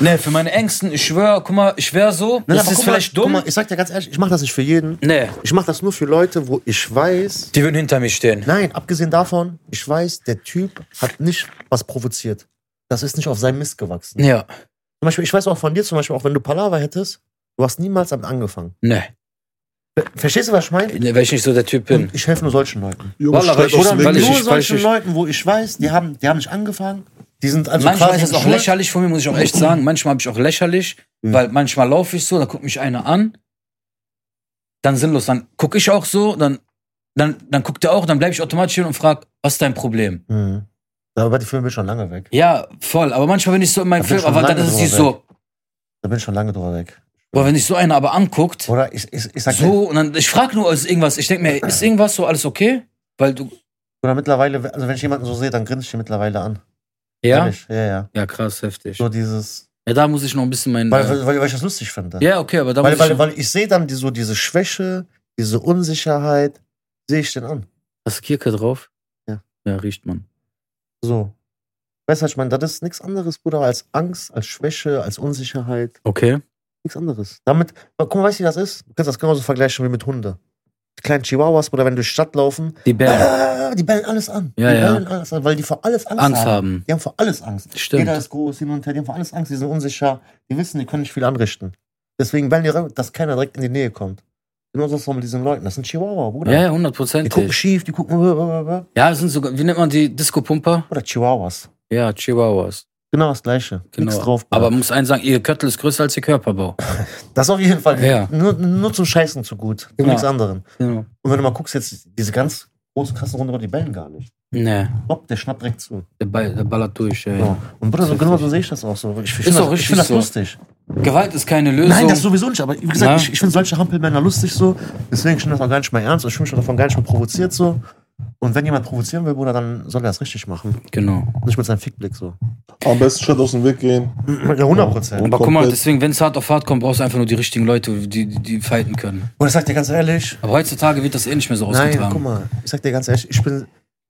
[SPEAKER 2] nee, für meine Ängsten, ich schwöre, guck mal, ich wäre so,
[SPEAKER 3] Nein,
[SPEAKER 2] das
[SPEAKER 3] aber
[SPEAKER 2] ist
[SPEAKER 3] guck mal,
[SPEAKER 2] vielleicht
[SPEAKER 3] guck
[SPEAKER 2] dumm.
[SPEAKER 3] Mal, ich sag dir ganz ehrlich, ich mache das nicht für jeden.
[SPEAKER 2] nee,
[SPEAKER 3] Ich mache das nur für Leute, wo ich weiß.
[SPEAKER 2] die würden hinter mir stehen.
[SPEAKER 3] Nein, abgesehen davon, ich weiß, der Typ hat nicht was provoziert. Das ist nicht auf seinem Mist gewachsen.
[SPEAKER 2] Ja,
[SPEAKER 3] Zum Beispiel, ich weiß auch von dir, zum Beispiel, auch wenn du Palaver hättest, du hast niemals damit angefangen.
[SPEAKER 2] nee,
[SPEAKER 3] Ver- Verstehst du, was ich meine?
[SPEAKER 2] nee, weil ich nicht so der Typ bin.
[SPEAKER 3] Und ich helfe nur solchen Leuten.
[SPEAKER 1] Junge,
[SPEAKER 2] Wallah,
[SPEAKER 1] steig
[SPEAKER 2] weil ich-
[SPEAKER 1] aus dem
[SPEAKER 2] weil
[SPEAKER 1] Weg.
[SPEAKER 3] nur
[SPEAKER 2] ich-
[SPEAKER 1] Ich,
[SPEAKER 2] weil ich-
[SPEAKER 3] solchen Leuten, wo ich weiß, die haben, die haben nicht angefangen. Die sind also
[SPEAKER 2] manchmal
[SPEAKER 3] quasi
[SPEAKER 2] ist das auch
[SPEAKER 3] schuld.
[SPEAKER 2] lächerlich von mir, muss ich auch echt sagen. Manchmal habe ich auch lächerlich,
[SPEAKER 3] Hm.
[SPEAKER 2] weil manchmal laufe ich so, dann guckt mich einer an, dann sinnlos, dann gucke ich auch so, dann, dann, dann guckt er auch, dann bleibe ich automatisch hin und frage, was ist dein Problem?
[SPEAKER 3] Mhm. Aber die Filme bin ich schon lange weg.
[SPEAKER 2] Ja, voll, aber manchmal bin ich so in meinem
[SPEAKER 3] Da bin ich
[SPEAKER 2] Film,
[SPEAKER 3] schon
[SPEAKER 2] aber dann
[SPEAKER 3] lange
[SPEAKER 2] ist es nicht
[SPEAKER 3] drüber
[SPEAKER 2] so,
[SPEAKER 3] Da bin ich schon lange drüber weg.
[SPEAKER 2] boah, wenn ich so einer aber anguckt,
[SPEAKER 3] Oder ich, ich, ich Oh, sag dir,
[SPEAKER 2] So, und dann, ich frage nur, ist irgendwas, ich denke mir, ist irgendwas so, alles okay? Weil du.
[SPEAKER 3] oder mittlerweile, also wenn ich jemanden so sehe, dann grinse ich ihn mittlerweile an. Ehrlich, Ja, ja.
[SPEAKER 2] Ja, krass, heftig.
[SPEAKER 3] So dieses,
[SPEAKER 2] Ja, da muss ich noch ein bisschen mein.
[SPEAKER 3] weil,
[SPEAKER 2] Äh,
[SPEAKER 3] weil, weil ich das lustig finde.
[SPEAKER 2] ja, okay, aber da
[SPEAKER 3] weil,
[SPEAKER 2] muss
[SPEAKER 3] weil,
[SPEAKER 2] ich.
[SPEAKER 3] weil ich sehe dann die, so diese Schwäche, diese Unsicherheit, sehe ich den an.
[SPEAKER 2] hast du Kirke drauf?
[SPEAKER 3] Ja.
[SPEAKER 2] Ja, riecht man.
[SPEAKER 3] So. Weißt du, was ich meine? Das ist nichts anderes, Bruder, als Angst, als Schwäche, als Unsicherheit.
[SPEAKER 2] Okay.
[SPEAKER 3] Nichts anderes. Damit, guck mal, weißt du, wie das ist? Du kannst das genauso vergleichen wie mit Hunde. Die kleinen Chihuahuas, Bruder, wenn du durch die Stadt laufen,
[SPEAKER 2] Die Bären
[SPEAKER 3] äh, die bellen alles an.
[SPEAKER 2] Ja,
[SPEAKER 3] die
[SPEAKER 2] ja.
[SPEAKER 3] bellen alles an, weil die vor alles Angst,
[SPEAKER 2] Angst
[SPEAKER 3] haben.
[SPEAKER 2] haben.
[SPEAKER 3] Die haben vor alles Angst.
[SPEAKER 2] Stimmt.
[SPEAKER 3] Jeder ist groß, hin und her, die haben vor alles Angst, die sind unsicher, die wissen, die können nicht viel anrichten. Deswegen bellen die rein, dass keiner direkt in die Nähe kommt. Genauso ist es mit diesen Leuten. Das sind Chihuahua,
[SPEAKER 2] Ja,
[SPEAKER 3] Bruder.
[SPEAKER 2] ja,
[SPEAKER 3] Die gucken
[SPEAKER 2] hundertprozentig.
[SPEAKER 3] schief, die gucken. äh, äh, äh,
[SPEAKER 2] Ja, das sind sogar, wie nennt man die Disco-Pumper?
[SPEAKER 3] Oder Chihuahuas.
[SPEAKER 2] Ja, Chihuahuas.
[SPEAKER 3] Genau das gleiche.
[SPEAKER 2] Genau.
[SPEAKER 3] Nichts drauf. Bruder.
[SPEAKER 2] Aber muss einen sagen, ihr Köttel ist größer als ihr Körperbau.
[SPEAKER 3] das auf jeden Fall.
[SPEAKER 2] Ja.
[SPEAKER 3] Nur, nur zum Scheißen zu gut. Zu
[SPEAKER 2] Genau.
[SPEAKER 3] nichts anderem.
[SPEAKER 2] Genau.
[SPEAKER 3] Und wenn du mal guckst, jetzt diese ganz großen, krassen Runde, die bellen gar nicht.
[SPEAKER 2] Nee,
[SPEAKER 3] Hopp, der schnappt direkt zu.
[SPEAKER 2] der, Ball, der ballert durch, ey.
[SPEAKER 3] So. Und Bruder, so genau so sehe ich das auch so. Ich, ich
[SPEAKER 2] Ist
[SPEAKER 3] finde
[SPEAKER 2] auch
[SPEAKER 3] das, ich
[SPEAKER 2] richtig
[SPEAKER 3] find das
[SPEAKER 2] so.
[SPEAKER 3] lustig.
[SPEAKER 2] Gewalt ist keine Lösung.
[SPEAKER 3] Nein, das sowieso nicht. Aber wie gesagt,
[SPEAKER 2] Na?
[SPEAKER 3] ich, ich finde solche Hampelmänner lustig so. Deswegen stimmt das auch gar nicht mehr ernst. und Ich finde mich davon gar nicht mehr provoziert so. Und wenn jemand provozieren will, Bruder, dann soll er das richtig machen.
[SPEAKER 2] Genau.
[SPEAKER 3] Nicht mit seinem Fickblick so.
[SPEAKER 1] am besten statt aus dem Weg gehen.
[SPEAKER 3] Ja, 100 Prozent.
[SPEAKER 2] Aber guck mal,
[SPEAKER 1] Komplett.
[SPEAKER 2] deswegen, wenn es hart auf hart kommt, brauchst du einfach nur die richtigen Leute, die, die, die fighten können.
[SPEAKER 3] Und ich sag dir ganz ehrlich,
[SPEAKER 2] Aber heutzutage wird das eh nicht mehr so
[SPEAKER 3] nein,
[SPEAKER 2] ausgetragen.
[SPEAKER 3] guck mal, ich sag dir ganz ehrlich, ich bin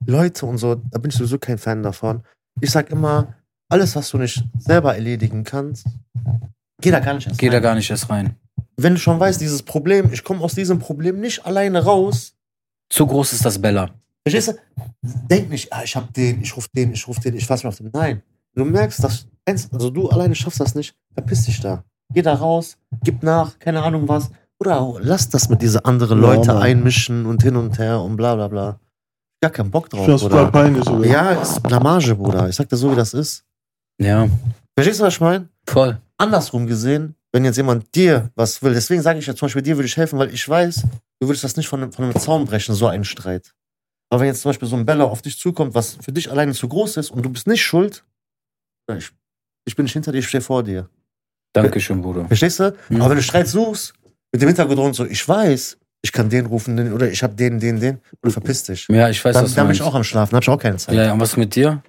[SPEAKER 3] Leute und so, da bin ich sowieso kein Fan davon. Ich sag immer, alles, was du nicht selber erledigen kannst, geh da gar nicht erst
[SPEAKER 2] Geht da
[SPEAKER 3] rein.
[SPEAKER 2] gar nicht erst rein.
[SPEAKER 3] Wenn du schon weißt, dieses Problem, ich komme aus diesem Problem nicht alleine raus,
[SPEAKER 2] Zu groß ist das Bella.
[SPEAKER 3] verstehst du? Denk nicht, ah, ich hab den, ich ruf den, ich ruf den, ich fass mich auf den. Nein. Du merkst, dass eins, also du alleine schaffst das nicht, verpiss dich da. Geh da raus, gib nach, keine Ahnung was. Oder lass das mit diese anderen
[SPEAKER 1] Ja,
[SPEAKER 3] Leute
[SPEAKER 1] Mann.
[SPEAKER 3] einmischen und hin und her und bla bla bla. Gar keinen Bock
[SPEAKER 1] Ich
[SPEAKER 2] Oh,
[SPEAKER 3] drauf,
[SPEAKER 1] finde das total
[SPEAKER 3] Bruder.
[SPEAKER 1] peinlich sogar.
[SPEAKER 3] Ja, ist Blamage, Bruder. Ich sag dir so, wie das ist.
[SPEAKER 2] Ja,
[SPEAKER 3] Verstehst du, was ich meine?
[SPEAKER 2] voll.
[SPEAKER 3] Andersrum gesehen, wenn jetzt jemand dir was will, deswegen sage ich ja zum Beispiel, dir würde ich helfen, weil ich weiß, du würdest das nicht von, einem- von einem Zaun brechen, so einen Streit. Aber wenn jetzt zum Beispiel so ein Bella auf dich zukommt, was für dich alleine zu groß ist und du bist nicht schuld, ja, ich, ich bin nicht hinter dir, ich stehe vor dir.
[SPEAKER 2] Dankeschön, Bruder.
[SPEAKER 3] Verstehst du?
[SPEAKER 2] Mhm.
[SPEAKER 3] Aber wenn du Streit suchst, mit dem Hintergrund so, ich weiß, ich kann den rufen, den, oder ich habe den, den, den, und verpiss dich.
[SPEAKER 2] Ja, ich weiß,
[SPEAKER 3] Dann,
[SPEAKER 2] was du
[SPEAKER 3] dann bin
[SPEAKER 2] meinst.
[SPEAKER 3] ich auch am Schlafen, hab ich auch keine Zeit.
[SPEAKER 2] ja, ja, und was mit dir?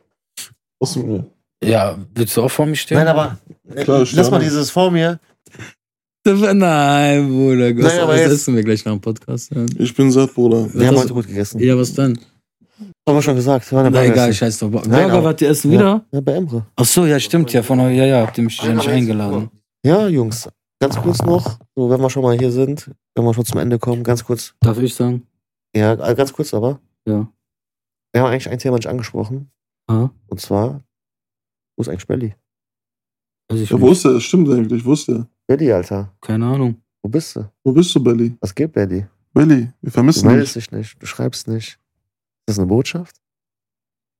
[SPEAKER 1] Was mit mir?
[SPEAKER 2] Ja, willst du auch vor mir stehen?
[SPEAKER 3] Nein, aber äh,
[SPEAKER 1] Klar, ich
[SPEAKER 3] lass mal
[SPEAKER 1] stehe auch.
[SPEAKER 3] dieses vor mir.
[SPEAKER 2] Nein, Bruder. Gott,
[SPEAKER 3] Nein, aber
[SPEAKER 2] das
[SPEAKER 3] jetzt-
[SPEAKER 2] essen wir gleich nach dem Podcast. Ja,
[SPEAKER 1] Ich bin satt, Bruder.
[SPEAKER 3] Wir
[SPEAKER 2] Was
[SPEAKER 3] haben
[SPEAKER 2] ist-
[SPEAKER 3] heute gut gegessen.
[SPEAKER 2] ja was dann?
[SPEAKER 3] Haben wir schon gesagt. Wir waren
[SPEAKER 2] Na
[SPEAKER 3] dabei
[SPEAKER 2] egal,
[SPEAKER 3] gewesen.
[SPEAKER 2] scheiß drauf. Burger,
[SPEAKER 3] Nein, aber-
[SPEAKER 2] wart ihr essen
[SPEAKER 3] Ja.
[SPEAKER 2] wieder?
[SPEAKER 3] Ja, bei Emre.
[SPEAKER 2] Ach so, ja, stimmt ja. Von, ja, ja, habt ihr mich ja nicht eingeladen.
[SPEAKER 3] Ja, Jungs, ganz kurz noch, so, wenn wir schon mal hier sind, wenn wir schon zum Ende kommen, ganz kurz.
[SPEAKER 2] Darf ich sagen?
[SPEAKER 3] Ja, äh, ganz kurz aber.
[SPEAKER 2] Ja. Ah,
[SPEAKER 3] Wir haben eigentlich ein Thema nicht angesprochen.
[SPEAKER 2] Aha.
[SPEAKER 3] Und zwar, wo ist eigentlich Belly?
[SPEAKER 2] Weiß also ich
[SPEAKER 1] Ja, wo
[SPEAKER 2] nicht.
[SPEAKER 1] ist der? Stimmt eigentlich, wo ist der?
[SPEAKER 3] Belly, Alter.
[SPEAKER 2] Keine Ahnung.
[SPEAKER 3] Wo bist du?
[SPEAKER 1] Wo bist du, Belly?
[SPEAKER 3] Was geht, Belly?
[SPEAKER 1] Belly, wir
[SPEAKER 3] Du
[SPEAKER 1] vermissen dich.
[SPEAKER 3] meldest dich nicht, du schreibst nicht. Ist das eine Botschaft?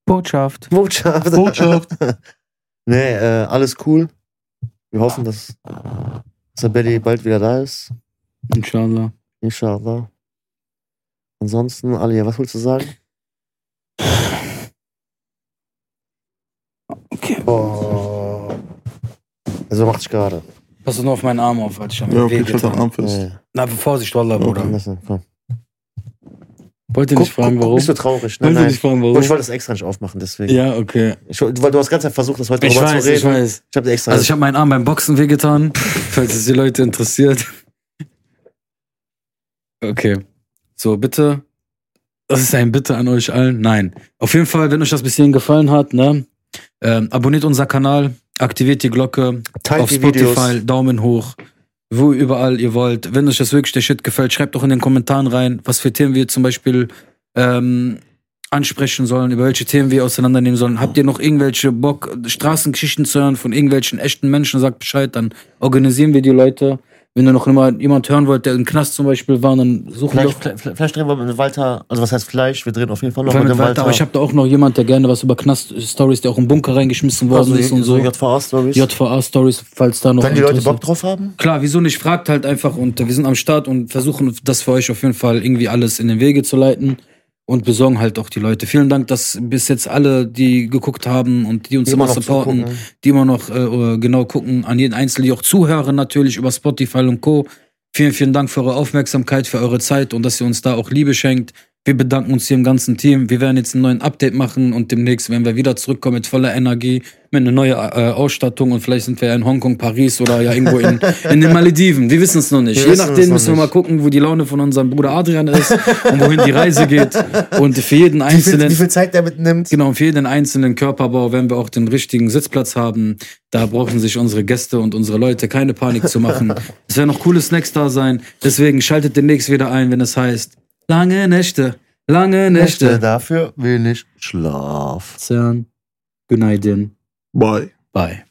[SPEAKER 4] Botschaft.
[SPEAKER 3] Botschaft.
[SPEAKER 1] Botschaft.
[SPEAKER 3] Nee, äh, alles cool. Wir hoffen, dass Sabelli bald wieder da ist.
[SPEAKER 2] Inshallah.
[SPEAKER 3] Inshallah. Ansonsten, Ali, was willst du sagen?
[SPEAKER 2] Okay.
[SPEAKER 3] Oh. Also macht sich gerade.
[SPEAKER 2] Pass nur auf meinen Arm auf, Alter. Ich hab
[SPEAKER 1] Ja,
[SPEAKER 2] mir
[SPEAKER 1] okay, ich halte
[SPEAKER 2] wehgetan.
[SPEAKER 1] den Arm fest.
[SPEAKER 3] Nee.
[SPEAKER 2] Na, aber Vorsicht, Wallah, Bruder.
[SPEAKER 3] Komm, lass ihn, komm.
[SPEAKER 2] Wollt ihr
[SPEAKER 3] Guck,
[SPEAKER 2] nicht fragen,
[SPEAKER 3] guck, guck,
[SPEAKER 2] warum?
[SPEAKER 3] Bist du traurig? Nein,
[SPEAKER 2] Wollt ihr
[SPEAKER 3] nein.
[SPEAKER 2] nicht fragen,
[SPEAKER 3] Guck, Ich
[SPEAKER 2] warum?
[SPEAKER 3] wollte das extra nicht aufmachen, deswegen.
[SPEAKER 2] Ja, okay.
[SPEAKER 3] Ich, weil du hast ganz einfach versucht, das heute
[SPEAKER 2] Ich
[SPEAKER 3] darüber
[SPEAKER 2] weiß,
[SPEAKER 3] zu reden.
[SPEAKER 2] ich weiß.
[SPEAKER 3] Ich habe extra.
[SPEAKER 2] Also ich habe meinen Arm beim Boxen wehgetan, falls es die Leute interessiert. Okay. So, bitte. Das ist ein Bitte an euch allen. Nein. Auf jeden Fall, wenn euch das bis hierhin gefallen hat, ne, ähm, abonniert unser Kanal, aktiviert die Glocke,
[SPEAKER 3] Teilt
[SPEAKER 2] auf
[SPEAKER 3] die
[SPEAKER 2] Spotify,
[SPEAKER 3] Videos.
[SPEAKER 2] Daumen hoch, wo überall ihr wollt. Wenn euch das wirklich der Shit gefällt, schreibt doch in den Kommentaren rein, was für Themen wir zum Beispiel ähm, ansprechen sollen, über welche Themen wir auseinandernehmen sollen. Habt ihr noch irgendwelche Bock, Straßengeschichten zu hören von irgendwelchen echten Menschen? Sagt Bescheid, dann organisieren wir die Leute. Wenn ihr noch immer jemand hören wollt, der im Knast zum Beispiel war, dann suchen wir
[SPEAKER 3] Vielleicht,
[SPEAKER 2] doch.
[SPEAKER 3] vielleicht, vielleicht drehen wir mit Walter, also was heißt Fleisch? Wir drehen auf jeden Fall noch
[SPEAKER 2] Vor allem
[SPEAKER 3] mit dem
[SPEAKER 2] mit Walter,
[SPEAKER 3] Walter.
[SPEAKER 2] aber ich habe da auch noch jemand, der gerne was über Knast-Stories, der auch im Bunker reingeschmissen worden
[SPEAKER 3] also,
[SPEAKER 2] ist und so.
[SPEAKER 3] JVA-Stories.
[SPEAKER 2] JVA-Stories, falls da noch.
[SPEAKER 3] Wenn die Leute
[SPEAKER 2] Interesse-
[SPEAKER 3] Bock drauf haben.
[SPEAKER 2] Klar, wieso nicht? Fragt halt einfach und wir sind am Start und versuchen das für euch auf jeden Fall irgendwie alles in den Wege zu leiten und besorgen halt auch die Leute. Vielen Dank, dass bis jetzt alle, die geguckt haben und die uns immer supporten,
[SPEAKER 3] zugucken.
[SPEAKER 2] die immer noch äh, genau gucken, an jeden Einzelnen, die auch zuhören natürlich über Spotify und Co. Vielen, vielen Dank für eure Aufmerksamkeit, für eure Zeit und dass ihr uns da auch Liebe schenkt. Wir bedanken uns hier im ganzen Team. Wir werden jetzt einen neuen Update machen und demnächst werden wir wieder zurückkommen mit voller Energie, mit einer neuen äh, Ausstattung und vielleicht sind wir ja in Hongkong, Paris oder ja irgendwo in, in den Malediven. Wir wissen es noch nicht.
[SPEAKER 3] Wir
[SPEAKER 2] Je
[SPEAKER 3] wissen es
[SPEAKER 2] nachdem
[SPEAKER 3] noch
[SPEAKER 2] müssen wir mal
[SPEAKER 3] nicht.
[SPEAKER 2] gucken, wo die Laune von unserem Bruder Adrian ist und wohin die Reise geht. Und für jeden
[SPEAKER 3] Wie viel,
[SPEAKER 2] Einzelnen.
[SPEAKER 3] wie viel Zeit der mitnimmt.
[SPEAKER 2] Genau, und für jeden einzelnen Körperbau werden wir auch den richtigen Sitzplatz haben. Da brauchen sich unsere Gäste und unsere Leute keine Panik zu machen. es werden noch coole Snacks da sein. Deswegen schaltet demnächst wieder ein, wenn es heißt Lange Nächte, lange Nächte.
[SPEAKER 3] Dafür wenig Schlaf.
[SPEAKER 2] Zern, Günaydin,
[SPEAKER 1] Bye.
[SPEAKER 2] bye.